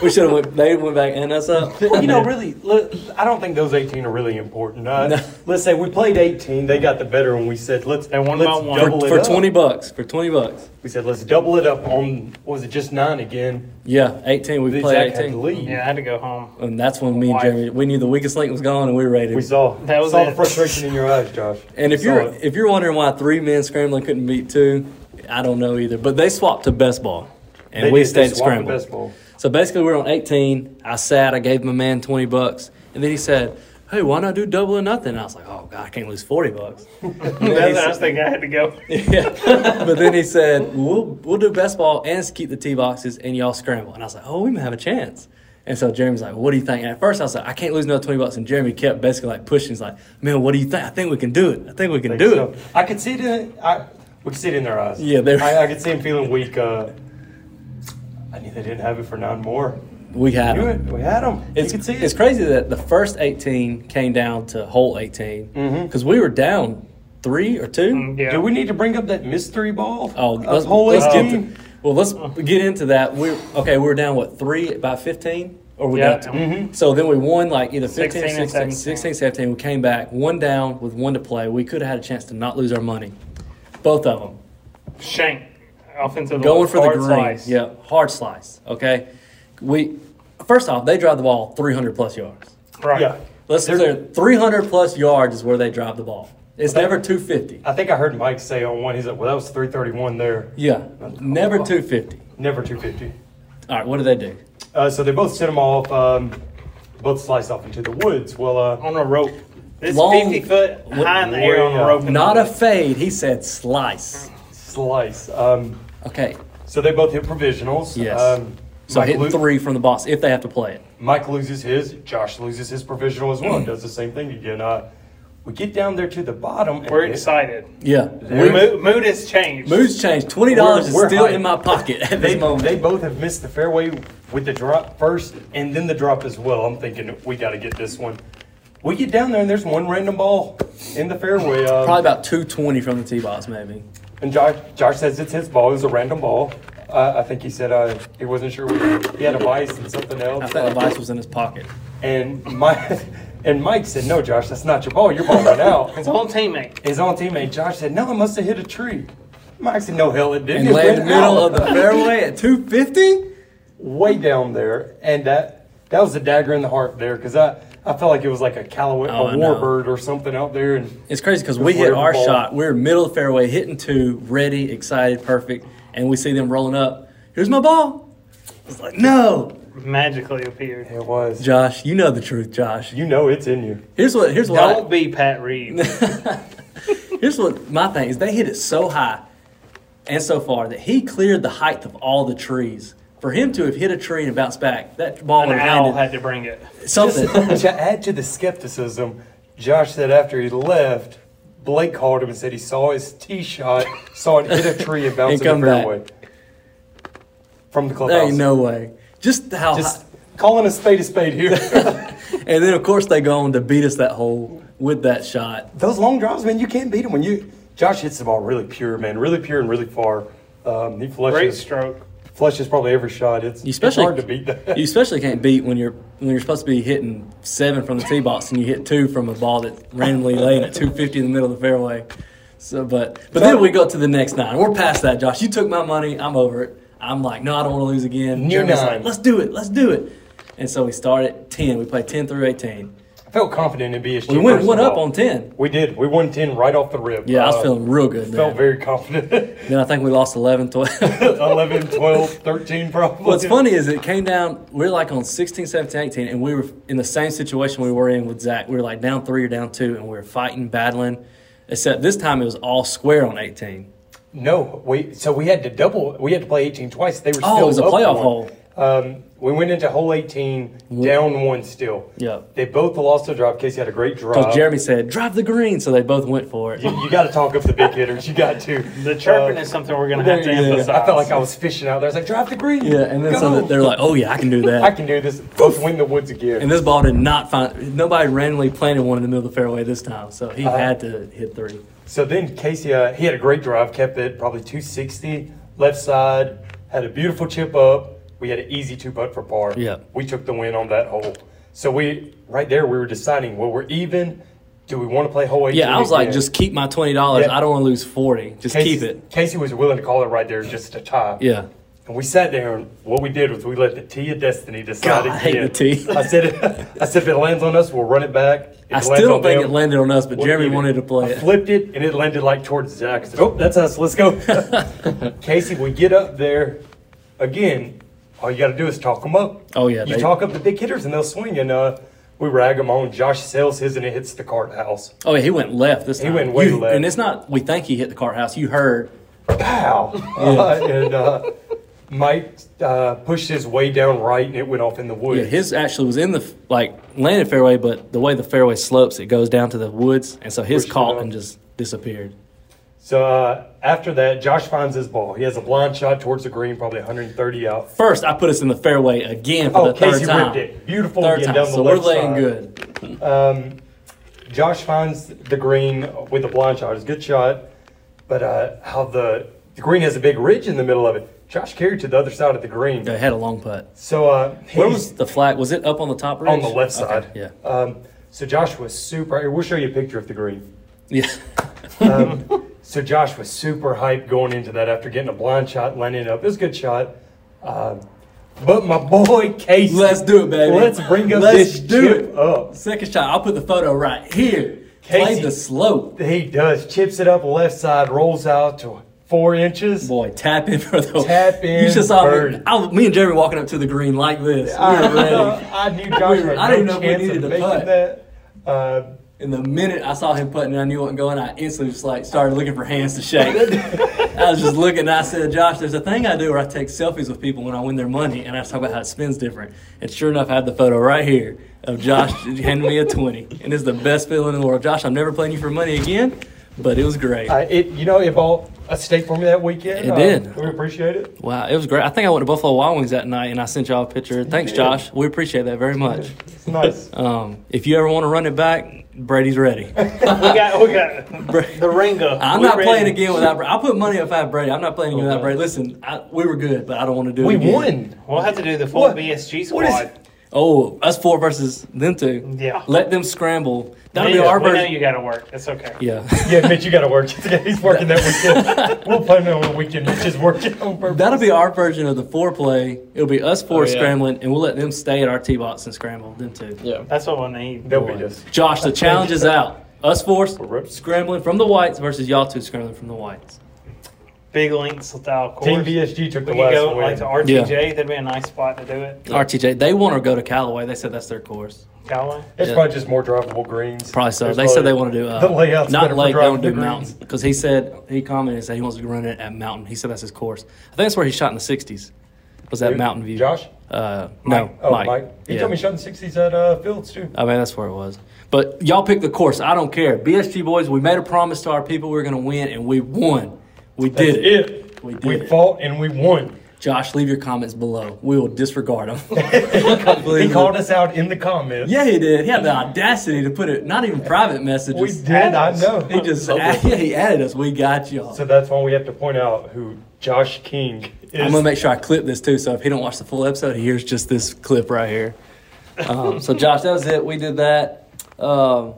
Speaker 1: We should have went. They went back and us up.
Speaker 2: Well, you know, really, look, I don't think those 18 are really important. Uh,
Speaker 1: No.
Speaker 2: Let's say we played 18, they got the better, and we said let's
Speaker 3: They won
Speaker 2: let's
Speaker 3: by one.
Speaker 1: for,
Speaker 2: double
Speaker 1: for
Speaker 2: it
Speaker 1: twenty
Speaker 2: up.
Speaker 1: bucks. For twenty bucks.
Speaker 2: We said let's double it up on what was it just nine again?
Speaker 1: Yeah, eighteen. We
Speaker 2: Zach
Speaker 1: played
Speaker 2: had to
Speaker 1: eighteen,
Speaker 2: leave.
Speaker 3: yeah, I had to go home.
Speaker 1: and that's when me and
Speaker 3: Wife.
Speaker 1: Jeremy we knew the weakest link was gone, and we were ready.
Speaker 2: We saw
Speaker 3: That was
Speaker 2: saw
Speaker 3: it.
Speaker 2: the frustration in your eyes, Josh.
Speaker 1: and if
Speaker 2: Saw
Speaker 1: you're
Speaker 2: it.
Speaker 1: if you're wondering why three men scrambling couldn't beat two, I don't know either. But they swapped to best ball, and
Speaker 2: They
Speaker 1: we
Speaker 2: did, they
Speaker 1: stayed
Speaker 2: swapped the
Speaker 1: scrambling.
Speaker 2: best ball.
Speaker 1: So basically, we were on 18. I sat. I gave my man 20 bucks, and then he said, "Hey, why not do double or nothing?" And I was like, "Oh God, I can't lose 40 bucks." And then he
Speaker 3: That's what I
Speaker 1: said-
Speaker 3: was thinking. I had to go.
Speaker 1: yeah. But then he said, "We'll we'll do best ball and keep the tee boxes, and y'all scramble." And I was like, "Oh, we may have a chance." And so Jeremy's like, "What do you think?" And at first, I was like, "I can't lose another twenty bucks." And Jeremy kept basically like pushing. He's like, "Man, what do you think? I think we can do it. I think we can do
Speaker 2: So,
Speaker 1: it."
Speaker 2: I could see it. In, I we could see it in their eyes.
Speaker 1: Yeah, they were-
Speaker 2: I, I could see him feeling weak. Uh, I knew they didn't have it for nine more.
Speaker 1: We had
Speaker 2: Knew
Speaker 1: him.
Speaker 2: it. We had them.
Speaker 1: It's,
Speaker 2: you could see it.
Speaker 1: it's crazy that the first 18 came down to hole 18 because we were down three or two.
Speaker 3: Mm, Yeah.
Speaker 2: Do we need to bring up that mystery ball?
Speaker 1: Oh,
Speaker 2: Of
Speaker 1: let's,
Speaker 2: whole
Speaker 1: let's get
Speaker 2: 18?
Speaker 1: to, well. Let's get into that. We're okay. We're down what three by fifteen, or we
Speaker 3: Yeah.
Speaker 1: got down.
Speaker 3: Mm-hmm.
Speaker 1: So then we won like either 15
Speaker 3: 16
Speaker 1: or 16,
Speaker 3: and 17.
Speaker 1: 16, 17. We came back one down with one to play. We could have had a chance to not lose our money. Both of them
Speaker 3: Shank. Offensive
Speaker 1: going for the
Speaker 3: hard
Speaker 1: green.
Speaker 3: slice.
Speaker 1: Yeah, hard slice. Okay, we first off they drive the ball three hundred plus yards.
Speaker 3: Right.
Speaker 2: Yeah.
Speaker 1: Let's be clear, three hundred plus yards is where they drive the ball. It's never two fifty.
Speaker 2: I think I heard Mike say on one. He's like, "Well, that was 331 there,
Speaker 1: Yeah, never two fifty.
Speaker 2: never 250."
Speaker 1: All right, what do they do?
Speaker 2: Uh, so they both sent them off. Um, both sliced off into the woods. Well, uh,
Speaker 3: On a rope. This
Speaker 1: Long-
Speaker 3: 50 foot high in the air on a
Speaker 2: Warrior.
Speaker 3: rope.
Speaker 1: Not a fade. He said slice.
Speaker 2: slice. Um,
Speaker 1: Okay.
Speaker 2: so they both hit provisionals.
Speaker 1: Yes.
Speaker 2: Um,
Speaker 1: So
Speaker 2: Mike
Speaker 1: hit
Speaker 2: Lu-
Speaker 1: three from the boss if they have to play it.
Speaker 2: Mike loses his. Josh loses his provisional as well. does the same thing again. Uh, we get down there to the bottom. and
Speaker 3: We're
Speaker 2: they-
Speaker 3: excited.
Speaker 1: Yeah.
Speaker 3: We,
Speaker 1: We,
Speaker 3: mood, mood has changed.
Speaker 1: mood's changed. Twenty dollars is
Speaker 2: We're- we're
Speaker 1: still
Speaker 2: hyped.
Speaker 1: in my pocket at
Speaker 2: They,
Speaker 1: this moment.
Speaker 2: they both have missed the fairway with the drop first and then the drop as well. I'm thinking we got to get this one. We get down there and there's one random ball in the fairway. Um,
Speaker 1: Probably about two twenty from the tee box, maybe.
Speaker 2: And Josh, Josh says it's his ball. It was a random ball. Uh, I think he said uh, he wasn't sure. What, he had a vice and something
Speaker 1: I
Speaker 2: else.
Speaker 1: thought the vice was in his pocket.
Speaker 2: And Mike, and Mike said, "No, Josh, that's not your ball. Your ball went out."
Speaker 3: His whole teammate.
Speaker 2: His own teammate Josh said, "No, it must have hit a tree." Mike said, "No, hell, it didn't.
Speaker 1: And
Speaker 2: It
Speaker 1: lay in the
Speaker 2: went
Speaker 1: middle
Speaker 2: out."
Speaker 1: of the fairway at two fifty.
Speaker 2: way down there, and that that was a dagger in the heart there because I I felt like it was like a Callaway,
Speaker 1: Oh, I
Speaker 2: a
Speaker 1: know.
Speaker 2: warbird or something out there, and
Speaker 1: It's crazy because we
Speaker 2: Just
Speaker 1: hit
Speaker 2: whatever
Speaker 1: our
Speaker 2: ball.
Speaker 1: shot. We're middle of the fairway, hitting two, ready, excited, perfect, and we see them rolling up. Here's my ball. It's like no,
Speaker 3: Magically appeared.
Speaker 2: it was.
Speaker 1: Josh. You know the truth, Josh.
Speaker 2: You know it's in you.
Speaker 1: Here's what. Here's what. I-
Speaker 3: Don't be Pat Reed.
Speaker 1: Here's what my thing is: they hit it so high and so far that he cleared the height of all the trees. For him to have hit a tree and bounced back, that ball
Speaker 3: An
Speaker 1: would
Speaker 3: owl
Speaker 1: have
Speaker 3: had to bring it.
Speaker 1: landed something.
Speaker 2: to add to the skepticism, Josh said after he left, Blake called him and said he saw his tee shot, saw it hit a tree and bounce
Speaker 1: And
Speaker 2: in
Speaker 1: come
Speaker 2: the
Speaker 1: back.
Speaker 2: fairway from the
Speaker 1: there
Speaker 2: clubhouse.
Speaker 1: ain't no way. Just how.
Speaker 2: Just
Speaker 1: high.
Speaker 2: calling a spade a spade here.
Speaker 1: And then of course they go on to beat us that hole with that shot.
Speaker 2: Those long drives, man, you can't beat them when you. Josh hits the ball really pure, man, really pure and really far. Um, he
Speaker 3: Great
Speaker 2: flushes.
Speaker 3: stroke.
Speaker 2: Flush is probably every shot. It's,
Speaker 1: You especially
Speaker 2: it's hard to beat that.
Speaker 1: You especially can't beat when you're when you're supposed to be hitting seven from the tee box and you hit two from a ball that randomly laying at 250 in the middle of the fairway. So, but but then we go to the next nine. We're past that, Josh. You took my money. I'm over it. I'm like, no, I don't want to lose again.
Speaker 2: New
Speaker 1: Jeremy's
Speaker 2: nine.
Speaker 1: Like, let's do it. Let's do it. And so we start at 10. We play 10 through 18.
Speaker 2: I felt confident in BSG.
Speaker 1: We went
Speaker 2: first
Speaker 1: one
Speaker 2: of
Speaker 1: up
Speaker 2: all.
Speaker 1: on 10.
Speaker 2: We did. We won ten right off the rip.
Speaker 1: Yeah, I was
Speaker 2: Uh,
Speaker 1: feeling real good.
Speaker 2: Felt
Speaker 1: Man.
Speaker 2: very confident.
Speaker 1: Then I think we lost 11, 12.
Speaker 2: 11, 12, 13 probably.
Speaker 1: What's funny is it came down, we were like on 16, 17, 18, and we were in the same situation we were in with Zach. We were like down three or down two, and we were fighting, battling, except this time it was all square on 18.
Speaker 2: No, we so we had to double. We had to play 18 twice. They were
Speaker 1: Oh, it
Speaker 2: still
Speaker 1: was a
Speaker 2: up
Speaker 1: playoff
Speaker 2: one.
Speaker 1: hole.
Speaker 2: Um, we went into hole 18 down one still.
Speaker 1: Yeah.
Speaker 2: They both lost a drive. Casey had a great drive.
Speaker 1: Because Jeremy said, drive the green, so they both went for it.
Speaker 2: you, got to talk up the big hitters. You got to.
Speaker 3: The chirping
Speaker 2: Uh,
Speaker 3: is something we're going to
Speaker 1: there
Speaker 3: have to
Speaker 1: you go.
Speaker 3: emphasize.
Speaker 2: I felt like I was fishing out there. I was like, drive the green.
Speaker 1: Yeah, and then
Speaker 2: Go.
Speaker 1: so that they're like, oh, yeah, I can do
Speaker 2: I
Speaker 1: that.
Speaker 2: can do this. Both win the woods again.
Speaker 1: And this ball did not find, nobody randomly planted one in the middle of the fairway this time, so he
Speaker 2: Uh-huh.
Speaker 1: had to hit three.
Speaker 2: So then Casey, uh, he had a great drive, kept it probably 260 left side, had a beautiful chip up. We had an easy two putt for par.
Speaker 1: Yeah.
Speaker 2: We took the win on that hole. So we right there we were deciding well we're even. Do we want to play hole 18?
Speaker 1: Yeah, I was like,
Speaker 2: again?
Speaker 1: just keep my $20.
Speaker 2: Yeah.
Speaker 1: I don't want to lose 40. Just
Speaker 2: Casey,
Speaker 1: keep it.
Speaker 2: Casey was willing to call it right there, just to tie.
Speaker 1: Yeah.
Speaker 2: And we sat there, and what we did was we let the tee of destiny decide
Speaker 1: God, I hate
Speaker 2: again.
Speaker 1: the tee.
Speaker 2: I said, I said, if it lands on us, we'll run it back. If
Speaker 1: I
Speaker 2: lands
Speaker 1: still
Speaker 2: on
Speaker 1: don't think
Speaker 2: them,
Speaker 1: it landed on us, but
Speaker 2: We'll
Speaker 1: Jeremy
Speaker 2: leave it.
Speaker 1: wanted to play
Speaker 2: I
Speaker 1: it.
Speaker 2: flipped it and it landed like towards Zach. I said, oh, that's us. Let's go. Casey, we get up there again. All you got to do is talk them up.
Speaker 1: Oh, yeah,
Speaker 2: You
Speaker 1: they-
Speaker 2: talk up the big hitters and they'll swing. And uh, we rag them on. Josh sells his and it hits the cart house.
Speaker 1: Oh, yeah, he went left this time.
Speaker 2: went way
Speaker 1: You-
Speaker 2: left.
Speaker 1: And it's not, we think he hit the cart house. You heard.
Speaker 2: Pow! Uh, and uh, Mike uh, pushed his way down right and it went off in the woods.
Speaker 1: Yeah, his actually was in the, like, landed fairway, but the way the fairway slopes, it goes down to the woods. And so his
Speaker 2: Pushed it
Speaker 1: caught
Speaker 2: up.
Speaker 1: and just disappeared.
Speaker 2: so uh, after that, Josh finds his ball. He has a blind shot towards the green, probably 130 out.
Speaker 1: First, I put us in the fairway again for
Speaker 2: Oh,
Speaker 1: the third
Speaker 2: Casey
Speaker 1: time.
Speaker 2: ripped it. Beautiful
Speaker 1: Third
Speaker 2: again
Speaker 1: time.
Speaker 2: down the
Speaker 1: So we're
Speaker 2: left
Speaker 1: laying
Speaker 2: side.
Speaker 1: good.
Speaker 2: Um, Josh finds the green with a blind shot. It's a good shot, but uh, how the, the green has a big ridge in the middle of it. Josh carried to the other side of the green.
Speaker 1: They had a long putt.
Speaker 2: So uh,
Speaker 1: Where
Speaker 2: he's-
Speaker 1: was the flag? Was it up on the top ridge?
Speaker 2: on the left
Speaker 1: Okay,
Speaker 2: side?
Speaker 1: Yeah.
Speaker 2: Um, so Josh was super. We'll show you a picture of the green.
Speaker 1: Yeah.
Speaker 2: Um, so Josh was super hyped going into that after getting a blind shot, landing it up. It was a good shot. Um, but my boy Casey,
Speaker 1: Let's do it, baby.
Speaker 2: Let's bring up
Speaker 1: Let's
Speaker 2: this
Speaker 1: do
Speaker 2: chip
Speaker 1: it.
Speaker 2: up.
Speaker 1: Second shot, I'll put the photo right here.
Speaker 2: Casey-
Speaker 1: Played the slope.
Speaker 2: He does chips it up left side, rolls out to four inches.
Speaker 1: Boy, tap in for the
Speaker 2: Tap in
Speaker 1: You just saw me,
Speaker 2: birdie.
Speaker 1: I, me and Jeremy walking up to the green like this. We
Speaker 2: I,
Speaker 1: were ready.
Speaker 2: I knew Josh
Speaker 1: We were-
Speaker 2: had
Speaker 1: I
Speaker 2: no
Speaker 1: didn't know if we
Speaker 2: chance
Speaker 1: needed
Speaker 2: of
Speaker 1: to
Speaker 2: making
Speaker 1: putt.
Speaker 2: that. Uh,
Speaker 1: And the minute I saw him putting, I knew it wasn't going. I instantly just like started looking for hands to shake. I was just looking. and I said, "Josh, there's a thing I do where I take selfies with people when I win their money, and I talk about how it spins different." And sure enough, I had the photo right here of Josh handing me a twenty, and it's the best feeling in the world. Josh, I'm never playing you for money again, but it was great.
Speaker 2: I, it you know it all a steak for me that weekend.
Speaker 1: It
Speaker 2: Uh,
Speaker 1: did.
Speaker 2: We appreciate it.
Speaker 1: Wow, it was great. I think I went to Buffalo Wild Wings that night, and I sent y'all a picture. Thanks, Josh. We appreciate that very much.
Speaker 2: It's nice.
Speaker 1: Um, if you ever want to run it back, Brady's ready.
Speaker 3: we got, we got
Speaker 1: Bra-
Speaker 3: the Ringo.
Speaker 1: I'm
Speaker 3: We
Speaker 1: not
Speaker 3: ready.
Speaker 1: playing again without Brady. I'll put money if I have Brady. I'm not playing again without Brady. Listen, I, we were good, but I don't want to do it
Speaker 2: we
Speaker 1: again.
Speaker 2: won.
Speaker 3: We'll have to do the full
Speaker 2: What-
Speaker 3: BSG
Speaker 2: what is-
Speaker 3: squad.
Speaker 1: Oh, us four versus them two.
Speaker 3: Yeah.
Speaker 1: Let them scramble. That'll
Speaker 3: We
Speaker 1: be
Speaker 3: know-
Speaker 1: our
Speaker 3: we know
Speaker 1: version.
Speaker 3: you got to work. It's okay.
Speaker 1: Yeah.
Speaker 2: Yeah, Mitch, you got to work. He's working that weekend. we'll play him on the weekend. Mitch is working on purpose.
Speaker 1: That'll be our version of the four play. It'll be us four
Speaker 4: Oh, yeah.
Speaker 1: scrambling, and we'll let them stay at our tee box and scramble them two.
Speaker 4: Yeah.
Speaker 3: That's what we'll need.
Speaker 2: They'll be just.
Speaker 1: Josh, the challenge is out. Us four
Speaker 2: Correct.
Speaker 1: scrambling from the whites versus y'all two scrambling from the whites.
Speaker 3: Big link style course.
Speaker 2: Team BSG took the
Speaker 3: we could
Speaker 2: last
Speaker 3: go
Speaker 2: win.
Speaker 3: like to RTJ. That'd be a nice spot to do it.
Speaker 1: RTJ, they want to go to Callaway. They said that's their course.
Speaker 3: Callaway.
Speaker 2: it's
Speaker 1: Yeah.
Speaker 2: probably just more drivable greens.
Speaker 1: Probably so.
Speaker 2: There's
Speaker 1: They said
Speaker 2: probably-
Speaker 1: they want to do uh,
Speaker 2: the layout's
Speaker 1: not
Speaker 2: better for
Speaker 1: lake. They
Speaker 2: driving
Speaker 1: want to
Speaker 2: the
Speaker 1: do
Speaker 2: greens.
Speaker 1: mountain because he said he commented and said he wants to run it at mountain. He said that's his course. I think that's where he shot in the '60s. Was that
Speaker 2: Who?
Speaker 1: Mountain View?
Speaker 2: Josh?
Speaker 1: Uh,
Speaker 3: Mike.
Speaker 1: No,
Speaker 2: Oh, Mike.
Speaker 1: Mike.
Speaker 2: He
Speaker 1: yeah.
Speaker 2: told me shot in sixties at uh, Fields too.
Speaker 1: I mean, that's where it was. But y'all picked the course. I don't care. BSG boys, we made a promise to our people we were going to win, and we won. We did
Speaker 2: That's
Speaker 1: it.
Speaker 2: it.
Speaker 1: We did
Speaker 2: We
Speaker 1: it.
Speaker 2: fought and we won.
Speaker 1: Josh, leave your comments below. We will disregard them.
Speaker 2: He called us out in the comments.
Speaker 1: Yeah, he did. He had the audacity to put it. Not even private messages.
Speaker 2: we did. I know.
Speaker 1: He just add- yeah, he added us. We got y'all.
Speaker 2: So that's why we have to point out who Josh King is.
Speaker 1: I'm gonna make sure I clip this too, so if he don't watch the full episode, he hears just this clip right here. Um, so Josh, that was it. We did that, um,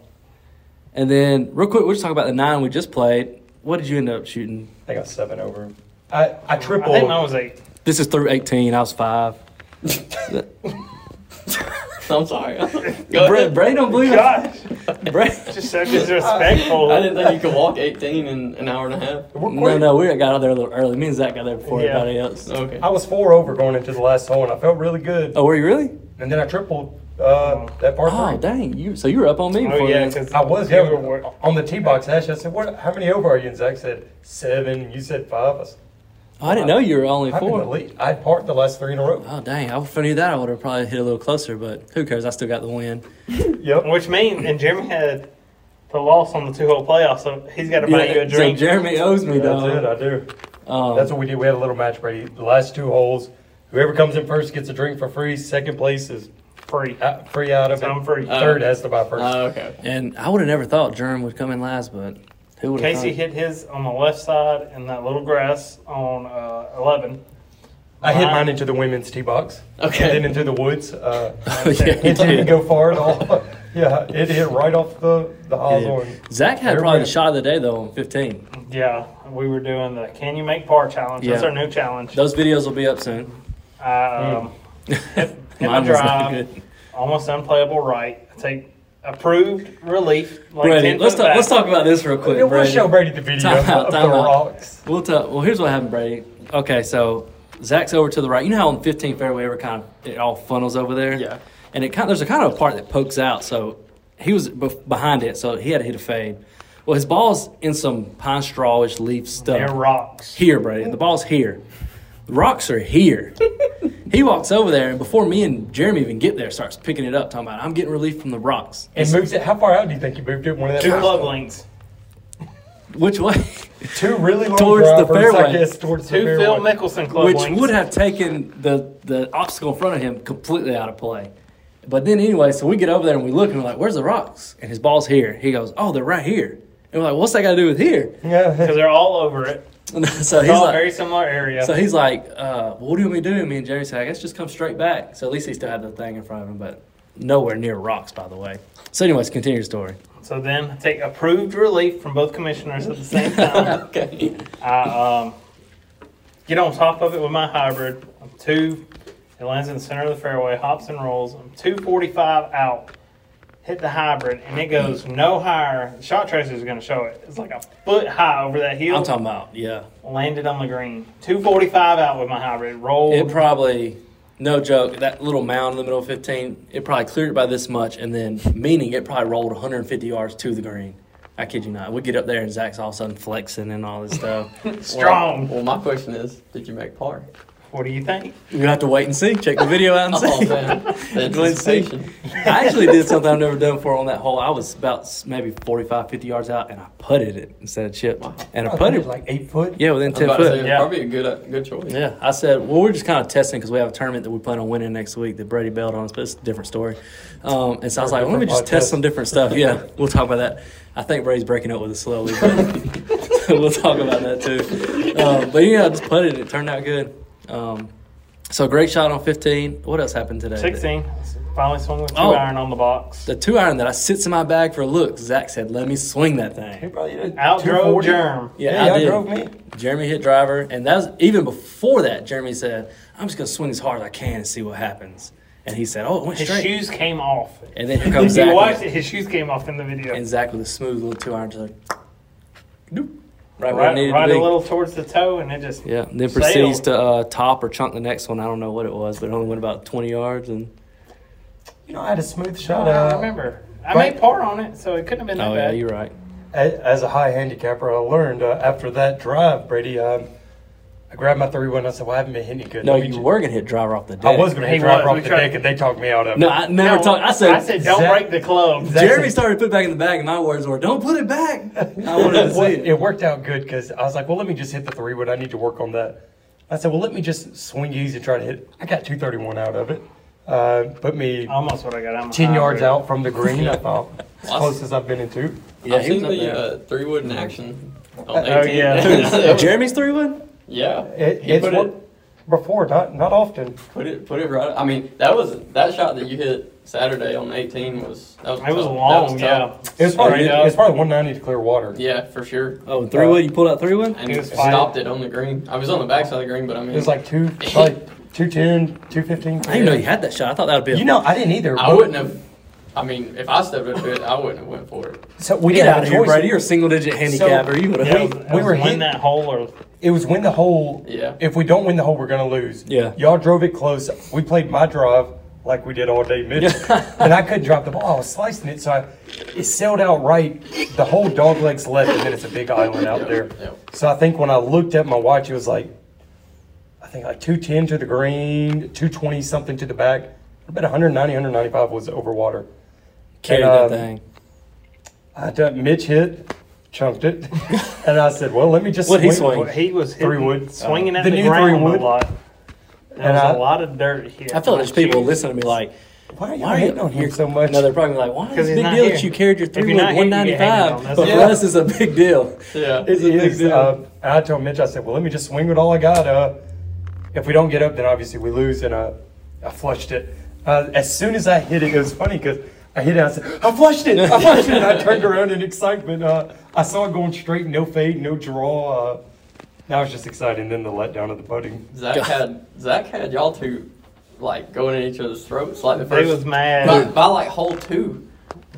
Speaker 1: and then real quick, we'll just talk about the nine we just played. What did you end up shooting?
Speaker 2: I got seven over. I, I tripled.
Speaker 3: I think mine was eight.
Speaker 1: This is through eighteen. I was five.
Speaker 4: I'm sorry. Go
Speaker 1: Bray,
Speaker 4: ahead.
Speaker 1: Bray don't believe it.
Speaker 3: Gosh,
Speaker 1: Bray,
Speaker 3: just so disrespectful.
Speaker 4: I didn't think you could walk 18 in an hour and a half.
Speaker 2: We're
Speaker 1: no,
Speaker 2: quick.
Speaker 1: no, we got out there a little early. Me and Zach got there before
Speaker 3: Yeah.
Speaker 1: everybody else.
Speaker 4: Okay.
Speaker 2: I was four over going into the last hole, and I felt really good.
Speaker 1: Oh, were you really?
Speaker 2: And then I tripled uh, that par
Speaker 1: Oh,
Speaker 2: three.
Speaker 1: dang! You so you were up on me before
Speaker 3: Oh yeah,
Speaker 1: then.
Speaker 3: because
Speaker 2: I was
Speaker 3: you
Speaker 2: yeah,
Speaker 3: were wor-
Speaker 2: on the tee box. Ash, I said, "What? How many over are you?" And Zach said, seven. You said five. I said,
Speaker 1: Oh, I didn't know you were only
Speaker 2: I'm in the
Speaker 1: four.
Speaker 2: lead. I parked the last three in a row.
Speaker 1: Oh, dang! I- If I knew that, I would have probably hit a little closer. But who cares? I still got the win.
Speaker 2: Yep.
Speaker 3: Which means, and Jeremy had the loss on the two hole playoff, so he's got to buy you a
Speaker 1: so
Speaker 3: drink.
Speaker 1: Jeremy owes me,
Speaker 2: That's it.
Speaker 1: though.
Speaker 2: I do.
Speaker 1: Um,
Speaker 2: That's what we did. We had a little match, Brady. The last two holes, whoever comes in first gets a drink for free. Second place is
Speaker 3: free.
Speaker 2: out, free out of
Speaker 3: So
Speaker 2: it. Uh,
Speaker 3: I'm free.
Speaker 2: Third has to buy first.
Speaker 4: Oh, okay.
Speaker 1: And I would have never thought Jerm would come in last, but who would have
Speaker 3: Casey hit his on the left side in that little grass on uh, 11.
Speaker 2: I hit
Speaker 3: Mine-
Speaker 2: mine into the women's tee box.
Speaker 4: Okay.
Speaker 2: And then into the woods. Uh,
Speaker 1: hit?
Speaker 2: it didn't go far at all. yeah, it hit right off the the hosel. and-
Speaker 1: Zach had
Speaker 2: They're
Speaker 1: probably the
Speaker 2: winning.
Speaker 1: shot of the day though on 15.
Speaker 3: Yeah, we were doing the Can You Make Par Challenge. That's
Speaker 1: Yeah.
Speaker 3: our new challenge.
Speaker 1: Those videos will be up soon.
Speaker 3: I um, hit, hit my
Speaker 1: Mine was not
Speaker 3: drive,
Speaker 1: good.
Speaker 3: almost unplayable right. I take approved relief. Like
Speaker 1: Brady,
Speaker 3: 10
Speaker 1: let's
Speaker 3: foot
Speaker 1: talk.
Speaker 3: back.
Speaker 1: Let's talk about this real quick,
Speaker 2: Yeah, we'll
Speaker 1: Brady.
Speaker 2: show Brady the video
Speaker 1: Time out,
Speaker 2: of
Speaker 1: time
Speaker 2: the
Speaker 1: out.
Speaker 2: rocks.
Speaker 1: We'll tell. Well, here's what happened, Brady. Okay, so Zach's over to the right. You know how on 15 fairway, ever kind of it all funnels over there.
Speaker 4: Yeah.
Speaker 1: And it kind there's a kind of a part that pokes out. So he was be- behind it, so he had to hit a fade. Well, his ball's in some pine strawish leaf stuff.
Speaker 3: They're rocks.
Speaker 1: here, Brady. The ball's here. The rocks are here. he walks over there, and before me and Jeremy even get there, starts picking it up, talking about I'm getting relief from the rocks.
Speaker 2: And moves it. How far out do you think you moved it? One of that
Speaker 3: Two
Speaker 2: first-
Speaker 3: club links.
Speaker 1: Which way?
Speaker 2: Two really long
Speaker 1: Towards the
Speaker 2: drivers,
Speaker 1: fairway.
Speaker 2: I guess, towards the
Speaker 3: Two
Speaker 2: fairway.
Speaker 3: Phil Mickelson club
Speaker 1: Which
Speaker 3: links.
Speaker 1: would have taken the, the obstacle in front of him completely out of play. But then anyway, so we get over there and we look and we're like, "Where's the rocks?" And his ball's here. He goes, "Oh, they're right here." And we're like, "What's that got to do with here?"
Speaker 2: Yeah.
Speaker 3: Because they're all over it.
Speaker 1: And so he's
Speaker 3: It's all
Speaker 1: like,
Speaker 3: very similar area.
Speaker 1: So he's like, uh, "What do you want me to do?" Me and Jerry said, "I guess just come straight back." So at least he still had the thing in front of him, but nowhere near rocks, by the way. So, anyways, continue your story.
Speaker 3: So then I take approved relief from both commissioners at the same time.
Speaker 4: Okay.
Speaker 3: I um, get on top of it with my hybrid. I'm two, it lands in the center of the fairway, hops and rolls. I'm 245 out, hit the hybrid, and it goes no higher. The shot tracer is going to show it. It's like a foot high over that hill.
Speaker 1: I'm talking about, yeah.
Speaker 3: Landed on the green. 245 out with my hybrid, rolled.
Speaker 1: It probably, no joke, that little mound in the middle of 15, it probably cleared it by this much, and then meaning it probably rolled 150 yards to the green. I kid you not. We get up there and Zach's all of a sudden flexing and all this stuff.
Speaker 3: Strong.
Speaker 4: Well, well, my question is, did you make par?
Speaker 3: what do you think?
Speaker 1: you have to wait and see. Check the video out and see.
Speaker 4: Oh man, the
Speaker 1: Glenn C.
Speaker 4: anticipation.
Speaker 1: I actually did something I've never done before on that hole. I was about s- maybe 45, 50 yards out, and I putted it instead of chipped. And I
Speaker 2: I put
Speaker 1: putted
Speaker 2: it like eight foot.
Speaker 1: yeah, within
Speaker 4: I was
Speaker 1: 10
Speaker 4: about to say, it's
Speaker 1: foot.
Speaker 3: Yeah.
Speaker 4: probably a good, uh, good choice.
Speaker 1: Yeah, I said, well, we're just kind of testing because we have a tournament that we plan on winning next week that Brady bailed on us, but it's a different story. Um, and so I was like, well, let me just
Speaker 2: Different
Speaker 1: test
Speaker 2: podcast.
Speaker 1: some different stuff. Yeah, we'll talk about that. I think Brady's breaking up with us slowly, but we'll talk about that too. Um, but yeah, I just putted it. It turned out good. Um, so great shot on 15. What else happened today?
Speaker 3: 16. Finally swung with two
Speaker 1: Oh.
Speaker 3: iron on the box.
Speaker 1: The two iron that I sits in my bag for a look, Zach said, let me swing that
Speaker 2: He
Speaker 1: thing.
Speaker 2: probably did
Speaker 3: Outdrove
Speaker 2: 240.
Speaker 3: Germ.
Speaker 1: Yeah,
Speaker 2: Yeah,
Speaker 1: I
Speaker 2: I
Speaker 1: did.
Speaker 2: drove me.
Speaker 1: Jeremy hit driver, and that was even before that. Jeremy said, "I'm just gonna swing as hard as I can and see what happens." And he said, "Oh, it went
Speaker 3: His
Speaker 1: straight."
Speaker 3: shoes came off.
Speaker 1: And then here comes
Speaker 3: If
Speaker 1: Zach,
Speaker 3: you watched
Speaker 1: with,
Speaker 3: it, his shoes came off in the video.
Speaker 1: and Zach with a smooth little two iron, just like, doop, right where I
Speaker 3: Right,
Speaker 1: needed
Speaker 3: right
Speaker 1: to be.
Speaker 3: a little towards the toe, and it just
Speaker 1: yeah, and then
Speaker 3: Sail.
Speaker 1: proceeds to uh, top or chunk the next one. I don't know what it was, but it only went about 20 yards. And
Speaker 2: You know, I had a smooth
Speaker 3: I
Speaker 2: shot.
Speaker 3: don't
Speaker 2: Uh,
Speaker 3: remember. I
Speaker 2: right-
Speaker 3: made par on it, so it couldn't have been that
Speaker 1: oh yeah,
Speaker 3: bad.
Speaker 1: you're right.
Speaker 2: a- as a high handicapper, I learned uh, after that drive, Brady. Um, I grabbed my three one. I said, "Well, I haven't been hitting good."
Speaker 1: No,
Speaker 2: Let me
Speaker 1: you
Speaker 2: ju-
Speaker 1: were gonna hit driver off the deck.
Speaker 2: I was going to
Speaker 3: He
Speaker 2: hit driver
Speaker 3: was.
Speaker 2: off
Speaker 3: We
Speaker 2: the
Speaker 3: tried-
Speaker 2: deck, and they talked me out of it.
Speaker 1: No, I never
Speaker 3: No,
Speaker 1: talked. I said,
Speaker 3: I said, don't
Speaker 2: Zach-
Speaker 3: break the club.
Speaker 2: Zach-
Speaker 1: Jeremy started to put it back in the bag, and my words were, "Don't put it back." I wanted to
Speaker 2: Well,
Speaker 1: see
Speaker 2: it.
Speaker 1: it.
Speaker 2: worked out good because I was like, well, let me just hit the three wood. I need to work on that. I said, well, let me just swing easy and try to hit. I got 231 out of it. Uh, put me
Speaker 3: Almost what Oh, I got. I'm
Speaker 2: 10
Speaker 3: high,
Speaker 2: yards
Speaker 3: but-
Speaker 2: out from the green. I thought as
Speaker 4: Awesome.
Speaker 2: close as I've been in two.
Speaker 1: Yeah,
Speaker 4: I've
Speaker 1: he was
Speaker 4: seen
Speaker 1: up
Speaker 4: the
Speaker 1: there.
Speaker 4: uh, three wood in action. On
Speaker 3: Oh,
Speaker 4: 18.
Speaker 3: yeah.
Speaker 4: That was-
Speaker 1: Jeremy's three one.
Speaker 4: yeah.
Speaker 2: It,
Speaker 4: He
Speaker 2: it's
Speaker 4: put
Speaker 2: one,
Speaker 4: it-
Speaker 2: before, not not often.
Speaker 4: Put it, put it right. I mean, that was that shot that you hit Saturday on 18 was that was
Speaker 3: It was
Speaker 4: tough. That
Speaker 3: long, yeah.
Speaker 4: tough.
Speaker 2: It was probably,
Speaker 3: Straight
Speaker 2: it was
Speaker 3: up.
Speaker 2: probably 190 to clear water.
Speaker 4: yeah, for sure.
Speaker 1: Oh, three wood. You pulled out three wood.
Speaker 4: And
Speaker 3: It was fine.
Speaker 4: stopped it on the green. I was on the backside of the green, but I mean,
Speaker 2: It was like two, like 210, 215.
Speaker 1: I didn't know you had that shot. I thought that would be. A,
Speaker 2: You know, I didn't either.
Speaker 4: I wouldn't have. I mean, if I stepped up to it, I wouldn't have went for it.
Speaker 2: So we
Speaker 1: get
Speaker 2: didn't have
Speaker 1: out
Speaker 2: a
Speaker 1: of here,
Speaker 2: choice.
Speaker 1: Brady. You're a single digit handicapper. you would
Speaker 3: Yeah,
Speaker 1: have.
Speaker 3: it was- it
Speaker 2: we
Speaker 3: was
Speaker 2: were
Speaker 3: win
Speaker 2: hit-
Speaker 3: that hole or
Speaker 2: It was win the hole.
Speaker 4: Yeah.
Speaker 2: If we don't win the hole, we're gonna lose.
Speaker 1: Yeah.
Speaker 2: Y'all drove it close. We played my drive like we did all day middle, and I couldn't drop the ball. I was slicing it, so I, it sailed out right. The whole dog legs left, and then it's a big island out
Speaker 4: Yep,
Speaker 2: there.
Speaker 4: yep.
Speaker 2: So I think when I looked at my watch, it was like, I think like two ten to the green, two twenty something to the back. I bet 190, 195 was over water.
Speaker 1: Carry
Speaker 2: And,
Speaker 1: that
Speaker 2: um,
Speaker 1: thing.
Speaker 2: I done, Mitch hit, chunked it, and I said, "Well, let me just."
Speaker 1: What'd he
Speaker 2: swing-
Speaker 1: swing?
Speaker 3: Well, he was hitting,
Speaker 2: Three wood. uh,
Speaker 3: swinging at
Speaker 2: The
Speaker 3: the,
Speaker 2: new
Speaker 3: ground
Speaker 2: three wood.
Speaker 3: a lot. There
Speaker 2: And
Speaker 3: was
Speaker 2: I-
Speaker 3: a lot of dirt here.
Speaker 1: I feel like there's people listening to me like,
Speaker 2: Why are you
Speaker 1: why are
Speaker 2: hating
Speaker 1: you
Speaker 2: on him so much?
Speaker 1: No, they're probably like, why is
Speaker 3: 'Cause
Speaker 1: it a
Speaker 3: he's
Speaker 1: big
Speaker 3: not
Speaker 1: deal
Speaker 3: here.
Speaker 1: that you carried your
Speaker 3: If you're
Speaker 1: three wood
Speaker 3: not here, you get
Speaker 1: 195?
Speaker 3: hated on. That's
Speaker 1: But for
Speaker 2: all.
Speaker 1: us, it's a big deal.
Speaker 4: Yeah.
Speaker 1: It's a
Speaker 2: It
Speaker 1: big
Speaker 2: is,
Speaker 1: deal.
Speaker 2: uh, and I told Mitch, I said, well, let me just swing with all I got. Uh, if we don't get up, then obviously we lose. And uh, I flushed it. Uh, as soon as I hit it, it was funny because I hit it. I said, I flushed it. I flushed it. And I turned around in excitement. Uh, I saw it going straight, no fade, no draw. Uh, and I was just excited. And then the letdown of the putting.
Speaker 4: Zach
Speaker 1: God.
Speaker 4: had Zach had y'all two like going at each other's throats like the
Speaker 3: He
Speaker 4: first
Speaker 3: was
Speaker 4: by,
Speaker 3: mad.
Speaker 4: by like hole two.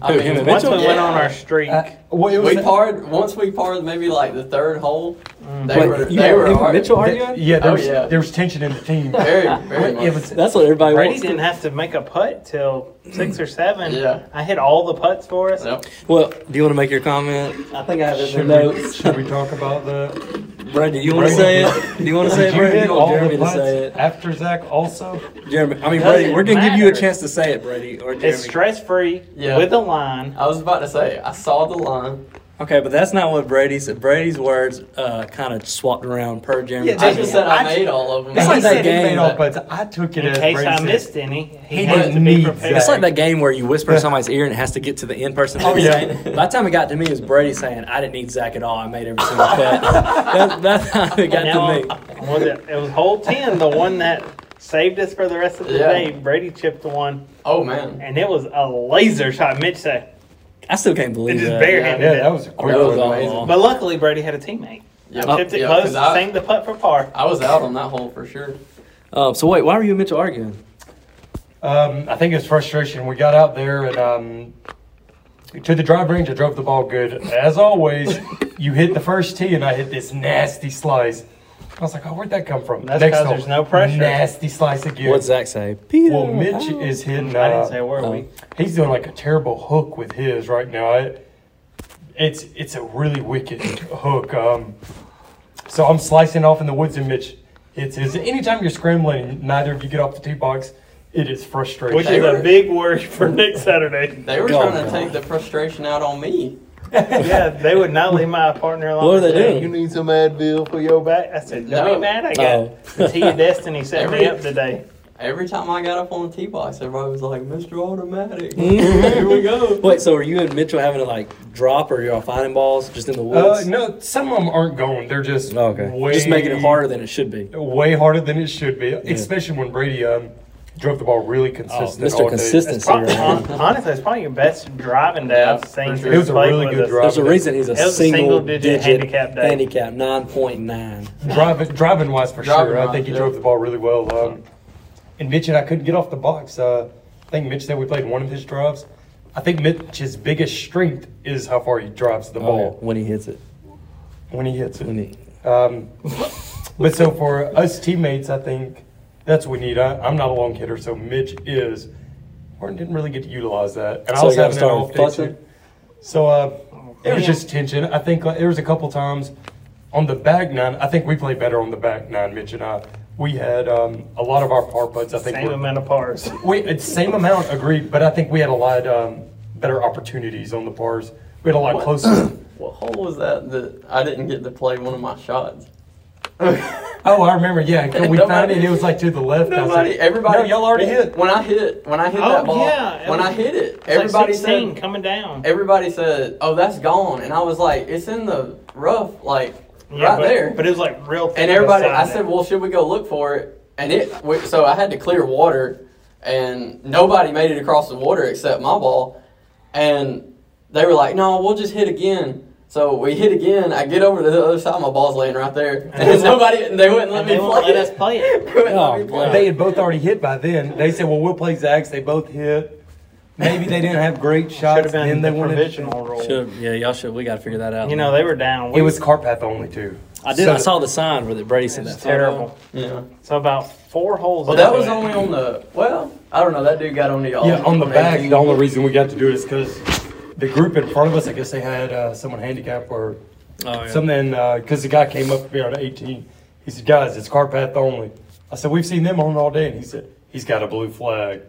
Speaker 4: I
Speaker 1: Who, him and
Speaker 3: Once we
Speaker 1: Mitchell?
Speaker 3: went on our streak,
Speaker 2: Uh, well, it
Speaker 4: we
Speaker 2: was-
Speaker 4: parred once we parred maybe like the third hole.
Speaker 1: Mm.
Speaker 4: They
Speaker 1: Wait,
Speaker 4: were
Speaker 1: you
Speaker 4: they
Speaker 1: got
Speaker 4: were
Speaker 1: him and
Speaker 4: hard.
Speaker 1: Mitchell
Speaker 2: th-
Speaker 1: arguing?
Speaker 2: yeah, there
Speaker 4: Oh,
Speaker 2: was,
Speaker 4: yeah.
Speaker 2: there was tension in the team.
Speaker 4: very very much.
Speaker 2: it was,
Speaker 1: That's what everybody
Speaker 3: Brady
Speaker 1: wants.
Speaker 3: didn't have to make a putt till six or seven.
Speaker 4: Yeah.
Speaker 3: I hit all the putts for us.
Speaker 4: Yep.
Speaker 1: Well, do you want to make your comment? I think I have it
Speaker 2: should,
Speaker 1: in
Speaker 2: we,
Speaker 1: notes.
Speaker 2: should we talk about the
Speaker 1: Brady, do you want to say it? Do you want to say it,
Speaker 2: Did you
Speaker 1: Brady?
Speaker 2: hit
Speaker 1: Do you want
Speaker 2: all
Speaker 1: Jeremy
Speaker 2: the
Speaker 1: to
Speaker 2: putts
Speaker 1: say it?
Speaker 2: after Zach also?
Speaker 1: Jeremy, I mean,
Speaker 3: Doesn't
Speaker 1: Brady, we're going to give you a
Speaker 3: matter.
Speaker 1: chance to say it, Brady, or
Speaker 3: It's
Speaker 1: Jeremy.
Speaker 3: stress free
Speaker 4: Yeah.
Speaker 3: with a line.
Speaker 4: I was about to say I saw the line.
Speaker 1: Okay, but that's not what Brady said. Brady's words uh, kind of swapped around per Jeremy.
Speaker 2: Yeah,
Speaker 4: I
Speaker 2: Jason
Speaker 4: just said I,
Speaker 3: I-
Speaker 4: made all of them.
Speaker 1: It's like
Speaker 2: He
Speaker 1: that
Speaker 2: said he
Speaker 1: game
Speaker 2: made all
Speaker 4: that-
Speaker 2: putts. I took it
Speaker 3: In
Speaker 2: as
Speaker 3: case
Speaker 2: Brady
Speaker 3: I
Speaker 2: said.
Speaker 3: missed any, he,
Speaker 2: He
Speaker 3: had
Speaker 2: didn't
Speaker 3: to be
Speaker 2: need
Speaker 3: prepared.
Speaker 1: It's like that game where you whisper in somebody's ear and it has to get to the in person.
Speaker 2: Oh, yeah.
Speaker 1: By the time it got to me, it was Brady saying, I didn't need Zach at all. I made every single cut. that, that's how it got
Speaker 3: Now,
Speaker 1: to me.
Speaker 3: was it, it was hole 10, the one that saved us for the rest of the
Speaker 4: Yeah.
Speaker 3: day. Brady chipped the one,
Speaker 4: Oh man.
Speaker 3: and it was a laser shot. Mitch said,
Speaker 1: I still can't
Speaker 3: it
Speaker 1: believe
Speaker 3: just
Speaker 1: that.
Speaker 3: barehanded
Speaker 2: Yeah,
Speaker 3: it.
Speaker 2: that was a quick
Speaker 4: That was
Speaker 2: one.
Speaker 1: awful.
Speaker 3: But luckily, Brady had a teammate.
Speaker 1: Oh.
Speaker 4: Yep.
Speaker 3: Tipped it
Speaker 4: Yeah,
Speaker 3: close,
Speaker 4: 'cause I-
Speaker 3: sang the putt for par.
Speaker 4: I was out on that hole for sure.
Speaker 1: Uh, so, wait, why were you and Mitchell arguing?
Speaker 2: Um, I think it was frustration. We got out there and um, to the drive range. I drove the ball good as always. you hit the first tee, and I hit this nasty slice. I was like, "Oh, where'd that come from?"
Speaker 3: That's 'cause there's no pressure.
Speaker 2: Nasty slice again.
Speaker 1: What'd Zach say? Peter.
Speaker 2: Well, Mitch is hitting. Uh,
Speaker 3: I didn't say a word.
Speaker 1: Oh.
Speaker 3: We,
Speaker 2: He's doing like a terrible hook with his right now. It, it's it's a really wicked hook. Um, so I'm slicing off in the woods, and Mitch hits his. Anytime you're scrambling, and neither of you get off the tee box. It is frustrating.
Speaker 3: which is a big worry for next Saturday.
Speaker 4: They were
Speaker 1: Oh,
Speaker 4: trying
Speaker 1: God.
Speaker 4: to take the frustration out on me.
Speaker 3: yeah, they would not leave my partner alone.
Speaker 1: What are they
Speaker 3: Hey,
Speaker 1: doing?
Speaker 3: You need some Advil for your back. I said, don't
Speaker 4: No.
Speaker 3: be mad. I
Speaker 1: Oh.
Speaker 3: got the Tea of Destiny set
Speaker 4: Every-
Speaker 3: me up today.
Speaker 4: Every time I got up on the tee box, everybody was like, "Mr. Automatic."
Speaker 1: Mm. Here
Speaker 4: we go.
Speaker 1: Wait, so were you and Mitchell having to like drop or y'all finding balls just in the
Speaker 2: Uh,
Speaker 1: woods?
Speaker 2: no, some of them aren't going. They're just
Speaker 1: Oh, okay.
Speaker 2: way,
Speaker 1: Just making it harder than it should be.
Speaker 2: way harder than it should be. Especially when Brady um, drove the ball really
Speaker 1: Oh,
Speaker 2: consistent.
Speaker 1: Mr.
Speaker 2: all day.
Speaker 1: Consistency.
Speaker 3: Pro-
Speaker 1: right?
Speaker 3: hon- honestly, it's probably your best driving day I've seen.
Speaker 4: It
Speaker 2: It was a
Speaker 3: Blake
Speaker 2: really
Speaker 3: with
Speaker 2: good
Speaker 3: us.
Speaker 2: drive.
Speaker 1: There's a reason he's a
Speaker 3: It was a
Speaker 1: single,
Speaker 3: single-digit
Speaker 1: digit,
Speaker 3: handicap day.
Speaker 1: handicap, 9.9.
Speaker 2: Driving, driving wise for
Speaker 4: Driving
Speaker 2: sure. I
Speaker 4: wise,
Speaker 2: think he
Speaker 4: yeah.
Speaker 2: drove the ball really well. Um, and Mitch and I couldn't get off the box. Uh, I think Mitch said we played one of his drives. I think Mitch's biggest strength is how far he drives the
Speaker 1: Oh, yeah,
Speaker 2: ball
Speaker 1: when he hits it.
Speaker 2: when he hits it.
Speaker 1: When he,
Speaker 2: Um, but so for us teammates, I think that's what we need. I, I'm not a long hitter, so Mitch is. Martin didn't really get to utilize that, and I
Speaker 1: So
Speaker 2: was
Speaker 1: you gotta
Speaker 2: having an
Speaker 1: start
Speaker 2: off
Speaker 1: with
Speaker 2: day
Speaker 1: fussing?
Speaker 2: too. So uh, it was
Speaker 3: Oh, damn.
Speaker 2: just tension. I think like, there was a couple times on the back nine. I think we played better on the back nine, Mitch and I. We had um, a lot of our par putts. I think
Speaker 3: Same
Speaker 2: were-
Speaker 3: amount of pars.
Speaker 2: we it's same amount agreed, but I think we had a lot um, better opportunities on the pars. We had a lot
Speaker 4: What?
Speaker 2: closer.
Speaker 4: What hole was that that I didn't get to play one of my shots?
Speaker 2: Oh, I remember. Yeah, we found it. It was like to the left. I was like,
Speaker 4: Nobody, everybody.
Speaker 2: No, y'all already hit.
Speaker 4: When I hit, when I hit
Speaker 3: Oh,
Speaker 4: that ball,
Speaker 3: yeah, it
Speaker 4: when
Speaker 3: was-
Speaker 4: I hit it,
Speaker 3: It's
Speaker 4: everybody
Speaker 3: like 16
Speaker 4: said,
Speaker 3: coming down.
Speaker 4: everybody said, "Oh, that's gone," and I was like, "It's in the rough." Like
Speaker 3: Yeah,
Speaker 4: right
Speaker 3: but,
Speaker 4: there.
Speaker 3: But it was like real. thick
Speaker 4: and
Speaker 3: of a
Speaker 4: everybody, I
Speaker 3: sign.
Speaker 4: said, well, should we go look for it? And it, we- so I had to clear water, and nobody made it across the water except my ball. And they were like, no, we'll just hit again. So we hit again. I get over to the other side. My ball's laying right there, and nobody. And they wouldn't let
Speaker 5: And
Speaker 4: me
Speaker 5: they
Speaker 4: play.
Speaker 5: won't let
Speaker 4: it.
Speaker 5: us play it.
Speaker 4: They wouldn't let me
Speaker 1: Oh,
Speaker 4: play
Speaker 1: God.
Speaker 4: it.
Speaker 2: They had both already hit by then. They said, "Well, we'll play Zags." They both hit. Maybe they didn't have great
Speaker 3: should
Speaker 2: shots.
Speaker 3: have been
Speaker 2: Then they
Speaker 3: the
Speaker 2: wanted.
Speaker 3: provisional rule.
Speaker 1: Should, yeah, y'all should. We got to figure that out.
Speaker 3: You know, they were down.
Speaker 2: It was Carpath only too.
Speaker 1: I did.
Speaker 2: So-
Speaker 1: I saw the sign where that Brady
Speaker 3: It's
Speaker 1: sent that.
Speaker 3: terrible.
Speaker 4: Yeah.
Speaker 3: So about four holes.
Speaker 4: Well, that
Speaker 3: into
Speaker 4: was
Speaker 3: it.
Speaker 4: only on the. Well, I don't know. That dude got on the. all-
Speaker 2: Yeah, on the back.
Speaker 4: 18.
Speaker 2: The only reason we got to do it is because the group in front of us. I guess they had uh, someone handicapped or
Speaker 1: Oh, yeah.
Speaker 2: something. Because uh, the guy came up to me on 18. He said, "Guys, it's Carpath only." I said, "We've seen them on all day," and he said, "He's got a blue flag."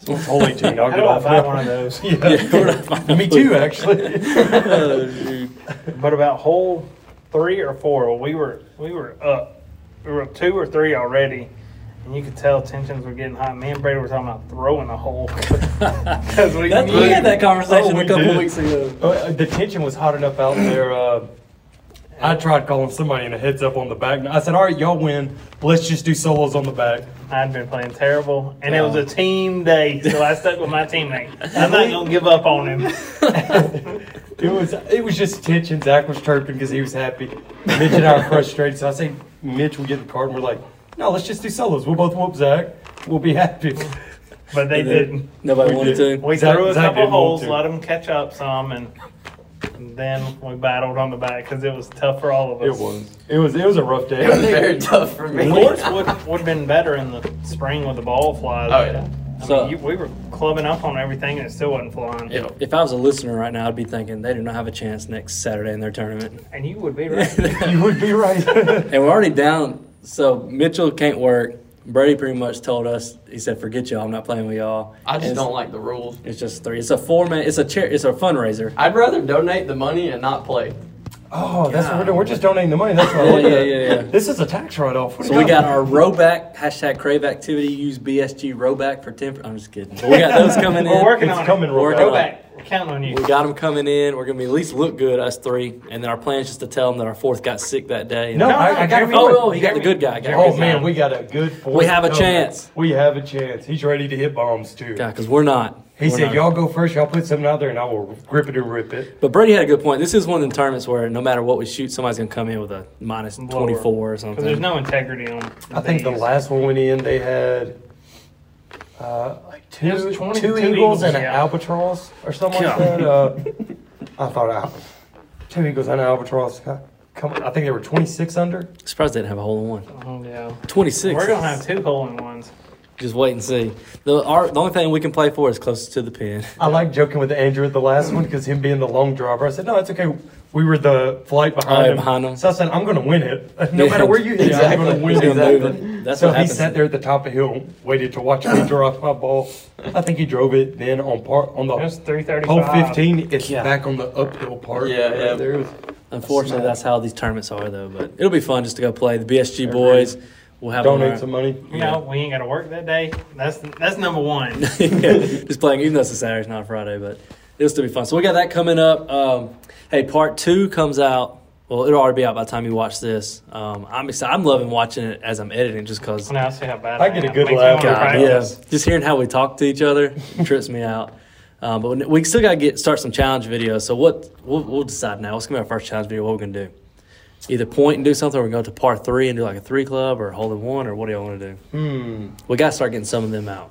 Speaker 2: So it's only 18. I'll
Speaker 3: How
Speaker 2: get
Speaker 3: do I
Speaker 2: off
Speaker 3: buy
Speaker 2: that
Speaker 3: one of those?
Speaker 2: Yeah. me too, actually.
Speaker 3: But about hole three or four, we were we were up, we were up two or three already, and you could tell tensions were getting high. Me and Brady were talking about throwing a hole because we
Speaker 1: That- we
Speaker 3: knew-
Speaker 1: had that
Speaker 2: Oh,
Speaker 1: conversation
Speaker 2: we
Speaker 1: a couple
Speaker 2: did.
Speaker 1: weeks ago.
Speaker 2: Uh, uh, the tension was hot enough out there. Uh, I tried calling somebody in a heads up on the back. I said, "All right, y'all win. Let's just do solos on the back."
Speaker 3: I'd been playing terrible, and it was a team day, so I stuck with my teammate. I'm not gonna give up on him.
Speaker 2: It was it was just tension. Zach was chirping because he was happy. Mitch and I were frustrated, so I say, "Mitch, we get the card." and We're like, "No, let's just do solos. We'll both whoop Zach. We'll be happy."
Speaker 3: But they didn't.
Speaker 1: Nobody
Speaker 2: We
Speaker 1: wanted
Speaker 2: did.
Speaker 1: to.
Speaker 3: We
Speaker 2: Zach-
Speaker 3: threw a
Speaker 2: Zach
Speaker 3: couple
Speaker 2: didn't want
Speaker 3: holes,
Speaker 2: to.
Speaker 3: let them catch up some, and then we battled on the back because it was tough for all of
Speaker 2: It
Speaker 3: us.
Speaker 2: was it was it was a rough day.
Speaker 4: Very tough for me.
Speaker 3: Course would would have been better in the spring with the ball flies.
Speaker 4: Oh, yeah.
Speaker 3: I
Speaker 1: So-
Speaker 3: mean, you, we were clubbing up on everything and it still wasn't flying.
Speaker 1: If, if I was a listener right now, I'd be thinking they do not have a chance next Saturday in their tournament.
Speaker 3: And you would be right.
Speaker 2: You would be right.
Speaker 1: And we're already down. So Mitchell can't work. Brady pretty much told us. He said, "Forget y'all. I'm not playing with y'all."
Speaker 4: I just
Speaker 1: It's-
Speaker 4: don't like the rules.
Speaker 1: It's just three. It's a four man. It's a chair. It's a fundraiser.
Speaker 4: I'd rather donate the money and not play.
Speaker 2: oh, that's what we're doing. We're just donating the money. That's what I
Speaker 1: Yeah,
Speaker 2: look
Speaker 1: yeah,
Speaker 2: at.
Speaker 1: yeah, yeah.
Speaker 2: This is a tax write off.
Speaker 1: So we got our rowback hashtag crave activity. Use BSG rowback for ten. I'm just kidding. But we got those coming in.
Speaker 3: We're working
Speaker 2: It's
Speaker 3: on
Speaker 2: coming,
Speaker 3: it.
Speaker 2: Rob.
Speaker 3: Go back. We're counting on
Speaker 1: We
Speaker 3: you.
Speaker 1: got them coming in. We're gonna be at least look good, us three. And then our plan is just to tell them that our fourth got sick that day.
Speaker 2: No,
Speaker 3: No,
Speaker 2: I, I got
Speaker 3: Jeremy-
Speaker 2: a feeling.
Speaker 1: Oh, oh, he got the good guy. Got the
Speaker 2: Oh
Speaker 1: good
Speaker 2: man,
Speaker 1: guy.
Speaker 2: we got a good. Fourth
Speaker 1: We have a
Speaker 2: coming.
Speaker 1: chance.
Speaker 2: We have a chance. He's ready to hit bombs too.
Speaker 1: God, because we're not.
Speaker 2: He
Speaker 1: We're
Speaker 2: said,
Speaker 1: not.
Speaker 2: "Y'all go first. Y'all put something out there, and I will grip it and rip it."
Speaker 1: But Brady had a good point. This is one of the tournaments where no matter what we shoot, somebody's gonna come in with a minus
Speaker 3: Lower.
Speaker 1: twenty four or
Speaker 3: Because
Speaker 1: something.
Speaker 3: there's no integrity on
Speaker 2: I think the
Speaker 3: these.
Speaker 2: last one went in. They had uh, like
Speaker 3: It was
Speaker 2: two,
Speaker 3: 20
Speaker 2: two
Speaker 3: two
Speaker 2: eagles,
Speaker 3: eagles,
Speaker 2: and an
Speaker 3: yeah.
Speaker 2: albatross or something like
Speaker 1: God.
Speaker 2: that. Uh, I thought I, two eagles and an albatross. God, Come on. I think they were twenty six under.
Speaker 1: Surprised they didn't have a hole in one.
Speaker 3: Oh, yeah.
Speaker 1: Twenty six.
Speaker 3: We're going to have two hole in ones.
Speaker 1: Just wait and see. The our, the only thing we can play for is closest to the pin.
Speaker 2: I like joking with Andrew at the last one because him being the long driver, I said, "No, it's okay. We were the flight behind
Speaker 1: Right
Speaker 2: him."
Speaker 1: behind him.
Speaker 2: So I said, "I'm going to win it, no
Speaker 1: Yeah.
Speaker 2: matter where you hit. I'm
Speaker 4: Exactly.
Speaker 2: going to win
Speaker 1: He's
Speaker 2: it."
Speaker 1: gonna move it. That's
Speaker 2: so
Speaker 1: what
Speaker 2: he
Speaker 1: happens.
Speaker 2: sat there at the top of the hill, waited to watch me drop my ball. I think he drove it then on part on
Speaker 3: It was
Speaker 2: the
Speaker 3: 335.
Speaker 2: hole 15. It's
Speaker 1: Yeah.
Speaker 2: Oh, back on the uphill part.
Speaker 4: Yeah, yeah.
Speaker 2: There it is.
Speaker 1: Unfortunately, that's how these tournaments are, though. But it'll be fun just to go play. The BSG boys will have them
Speaker 2: Donate
Speaker 1: around.
Speaker 2: some money.
Speaker 3: You know, we ain't got to work that day. That's that's number one.
Speaker 1: yeah, just playing, even though it's a Saturday, it's not a Friday, but it'll still be fun. So we got that coming up. Um, hey, part two comes out. Well, it'll already be out by the time you watch this. Um, I'm excited. I'm loving watching it as I'm editing, just because.
Speaker 3: Now see how bad
Speaker 2: I get a
Speaker 3: am.
Speaker 2: good
Speaker 3: Makes me
Speaker 2: laugh.
Speaker 3: wanna
Speaker 2: God,
Speaker 3: practice.
Speaker 1: Yeah, just hearing how we talk to each other trips me out. Um, but when- we still got to get start some challenge videos. So what we'll, we'll decide now. What's gonna be our first challenge video? What we're gonna do? Either point and do something, or we're gonna go to part three and do like a three club, or hole in one, or what do y'all want to do?
Speaker 2: Hmm.
Speaker 1: We got to start getting some of them out.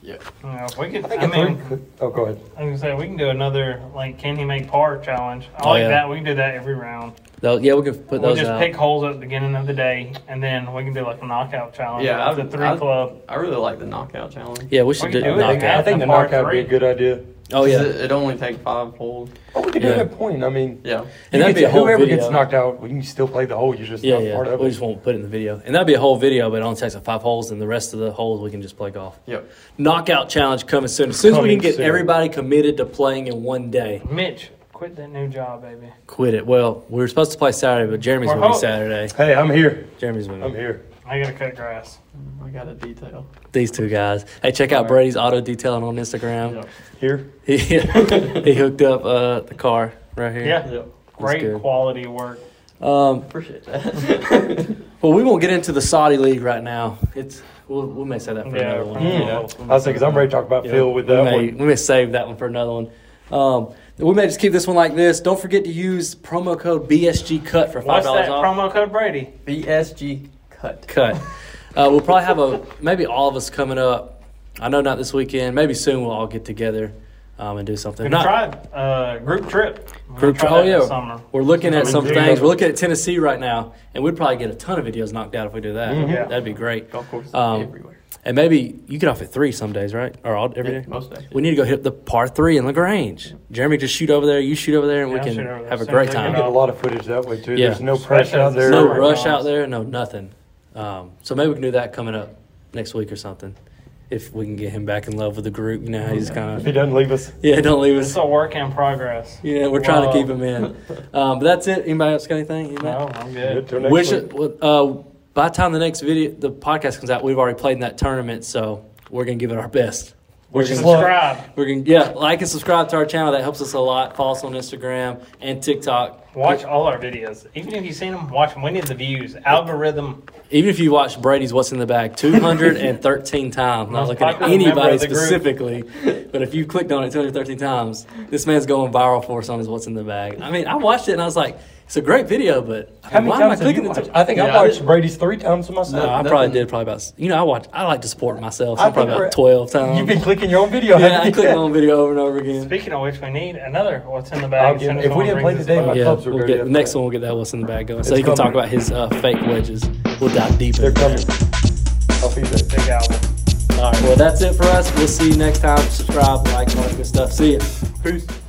Speaker 4: Yeah.
Speaker 3: You know, we could,
Speaker 2: I
Speaker 3: I,
Speaker 2: think I
Speaker 3: mean,
Speaker 2: Oh, go ahead.
Speaker 3: I was gonna say we can do another like can he make par challenge. I
Speaker 1: Oh,
Speaker 3: like
Speaker 1: yeah.
Speaker 3: that. We can do that every round.
Speaker 1: Though, yeah, we can put
Speaker 3: we'll
Speaker 1: those
Speaker 3: just
Speaker 1: out.
Speaker 3: pick holes at the beginning of the day, and then we can do like a knockout challenge.
Speaker 4: Yeah,
Speaker 3: Yeah, the
Speaker 4: I-
Speaker 3: three
Speaker 4: I-
Speaker 3: club.
Speaker 4: I really like the knockout challenge.
Speaker 1: yeah, we should
Speaker 3: we
Speaker 1: do,
Speaker 3: can do it.
Speaker 2: I think,
Speaker 1: knockout.
Speaker 2: I think the
Speaker 3: Knockout and
Speaker 2: knockout would be a
Speaker 3: part
Speaker 2: good idea.
Speaker 1: Oh yeah,
Speaker 4: It, it only takes five holes.
Speaker 2: Oh, we could do
Speaker 1: Yeah.
Speaker 2: it at point. I mean,
Speaker 4: Yeah.
Speaker 1: and
Speaker 2: You
Speaker 1: that'd
Speaker 2: get
Speaker 1: be a
Speaker 2: to-
Speaker 1: whole
Speaker 2: whoever
Speaker 1: video.
Speaker 2: gets knocked out, you can still play the whole. You're just
Speaker 1: yeah,
Speaker 2: not part
Speaker 1: yeah.
Speaker 2: of
Speaker 1: We
Speaker 2: it.
Speaker 1: just won't put it in the video, and that'd be a whole video. But it only takes like five holes, and the rest of the holes we can just play golf.
Speaker 4: Yep.
Speaker 1: Knockout challenge coming soon. As soon as we
Speaker 2: Coming
Speaker 1: can get
Speaker 2: soon.
Speaker 1: everybody committed to playing in one day,
Speaker 3: Mitch, quit that new job, baby.
Speaker 1: quit it. Well, we were supposed to play Saturday, but Jeremy's
Speaker 3: We're
Speaker 1: winning
Speaker 3: home.
Speaker 1: Saturday.
Speaker 2: Hey, I'm here.
Speaker 1: Jeremy's winning.
Speaker 2: I'm here.
Speaker 3: I gotta cut grass.
Speaker 4: I got a detail.
Speaker 1: These two guys. Hey, check out Brady's auto detailing on Instagram.
Speaker 4: Yep.
Speaker 2: Here.
Speaker 1: He, he hooked up uh, the car right here.
Speaker 3: Yeah,
Speaker 4: Yep.
Speaker 3: great
Speaker 1: good.
Speaker 3: quality work.
Speaker 1: Um,
Speaker 4: Appreciate that.
Speaker 1: well, we won't get into the Saudi league right now. It's we'll, we may say that for
Speaker 3: Yeah,
Speaker 1: another one.
Speaker 3: probably.
Speaker 1: Yeah.
Speaker 2: Hmm. I was thinking, I'm ready to talk about
Speaker 1: Yeah.
Speaker 2: Phil with
Speaker 1: we
Speaker 2: that
Speaker 1: may,
Speaker 2: one.
Speaker 1: we may save that one for another one. Um, we may just keep this one like this. Don't forget to use promo code BSG cut for five
Speaker 3: What's
Speaker 1: dollars
Speaker 3: that
Speaker 1: off.
Speaker 3: promo code, Brady?
Speaker 4: BSG cut.
Speaker 1: cut. Uh, we'll probably have a maybe all of us coming up. I know not this weekend. Maybe soon we'll all get together um, and do something.
Speaker 3: We've
Speaker 1: Not-
Speaker 3: tried uh, group trip. We're gonna
Speaker 1: Group
Speaker 3: try
Speaker 1: tri- oh
Speaker 3: that this
Speaker 1: yeah,
Speaker 3: summer.
Speaker 1: we're looking at some
Speaker 3: June.
Speaker 1: things. We're looking at Tennessee right now, and we'd probably get a ton of videos knocked out if we do that.
Speaker 3: Yeah.
Speaker 1: That'd be great.
Speaker 4: Golf courses
Speaker 1: Um,
Speaker 4: everywhere.
Speaker 1: And maybe you get off at three some days, right? Or all every day.
Speaker 4: Yeah, most days.
Speaker 1: We need to go hit the par three in Lagrange. Jeremy, just shoot over there. You shoot over there, and
Speaker 3: Yeah, I'll
Speaker 1: we
Speaker 3: shoot over
Speaker 1: can
Speaker 3: there.
Speaker 1: have a
Speaker 3: Soon
Speaker 1: great
Speaker 3: as I
Speaker 2: You
Speaker 3: get
Speaker 1: time.
Speaker 2: get a lot of footage that way too.
Speaker 1: Yeah.
Speaker 2: There's no pressure out there.
Speaker 1: No
Speaker 3: Right.
Speaker 1: rush
Speaker 3: Right.
Speaker 1: out there. No nothing. Um, so maybe we can do that coming up next week or something, if we can get him back in love with the group. You know how he's
Speaker 2: If
Speaker 1: kind
Speaker 2: he
Speaker 1: of
Speaker 2: doesn't leave us,
Speaker 1: yeah. Don't leave
Speaker 3: It's
Speaker 1: us.
Speaker 3: a work in progress.
Speaker 1: Yeah, we're trying to
Speaker 3: Whoa.
Speaker 1: keep him in. Um, but that's it. Anybody else got anything? Anybody?
Speaker 3: No, I'm
Speaker 2: good
Speaker 3: good.
Speaker 2: till next
Speaker 1: Wish
Speaker 2: week.
Speaker 1: it, uh, by the time the next video, the podcast comes out, we've already played in that tournament, so we're gonna give it our best. We're
Speaker 2: Which is
Speaker 1: gonna-
Speaker 2: what-
Speaker 3: Subscribe.
Speaker 1: We're gonna yeah, like and subscribe to our channel. That helps us a lot. Follow us on Instagram and TikTok.
Speaker 3: Watch all our videos. Even if you've seen them, watch them. We need the views. Algorithm.
Speaker 1: Even if you watch Brady's What's in the Bag 213 times, not
Speaker 3: Most
Speaker 1: looking at
Speaker 3: popular member
Speaker 1: anybody
Speaker 3: of the group.
Speaker 1: specifically, but if you clicked on it 213 times, this man's going viral for us on his What's in the Bag. I mean, I watched it and I was like, it's a great video, but I
Speaker 2: how
Speaker 1: mean,
Speaker 2: many
Speaker 1: why am I
Speaker 2: times have
Speaker 1: clicking
Speaker 2: you
Speaker 1: it?
Speaker 2: watched?
Speaker 1: to-
Speaker 2: I think
Speaker 4: Yeah,
Speaker 2: I
Speaker 4: I
Speaker 2: watched
Speaker 4: did-
Speaker 2: Brady's three times myself.
Speaker 1: No, I
Speaker 4: nothing.
Speaker 1: probably did probably about. You know, I watch. I like to support myself. So
Speaker 2: I
Speaker 1: I probably
Speaker 2: think
Speaker 1: about
Speaker 2: we're-
Speaker 1: twelve times.
Speaker 2: You've been clicking your own video.
Speaker 1: yeah,
Speaker 2: haven't
Speaker 1: I
Speaker 2: you?
Speaker 1: click my own video over and over again.
Speaker 3: Speaking of which, we need another What's in the
Speaker 2: I'll
Speaker 3: Bag.
Speaker 2: get- if we didn't play today, my
Speaker 1: Yeah,
Speaker 2: clubs were
Speaker 1: we'll
Speaker 2: dirty
Speaker 1: get,
Speaker 2: after
Speaker 1: next
Speaker 2: that.
Speaker 1: one we'll get that what's in the bag going. So
Speaker 2: It's
Speaker 1: he can talk
Speaker 2: coming.
Speaker 1: about his uh, fake wedges. We'll dive deeper.
Speaker 2: They're
Speaker 1: into
Speaker 2: coming.
Speaker 1: that.
Speaker 2: I'll be there.
Speaker 3: Big album.
Speaker 1: All right, well that's it for us. We'll see you next time. Subscribe, like, all that good stuff. See ya.
Speaker 2: Peace.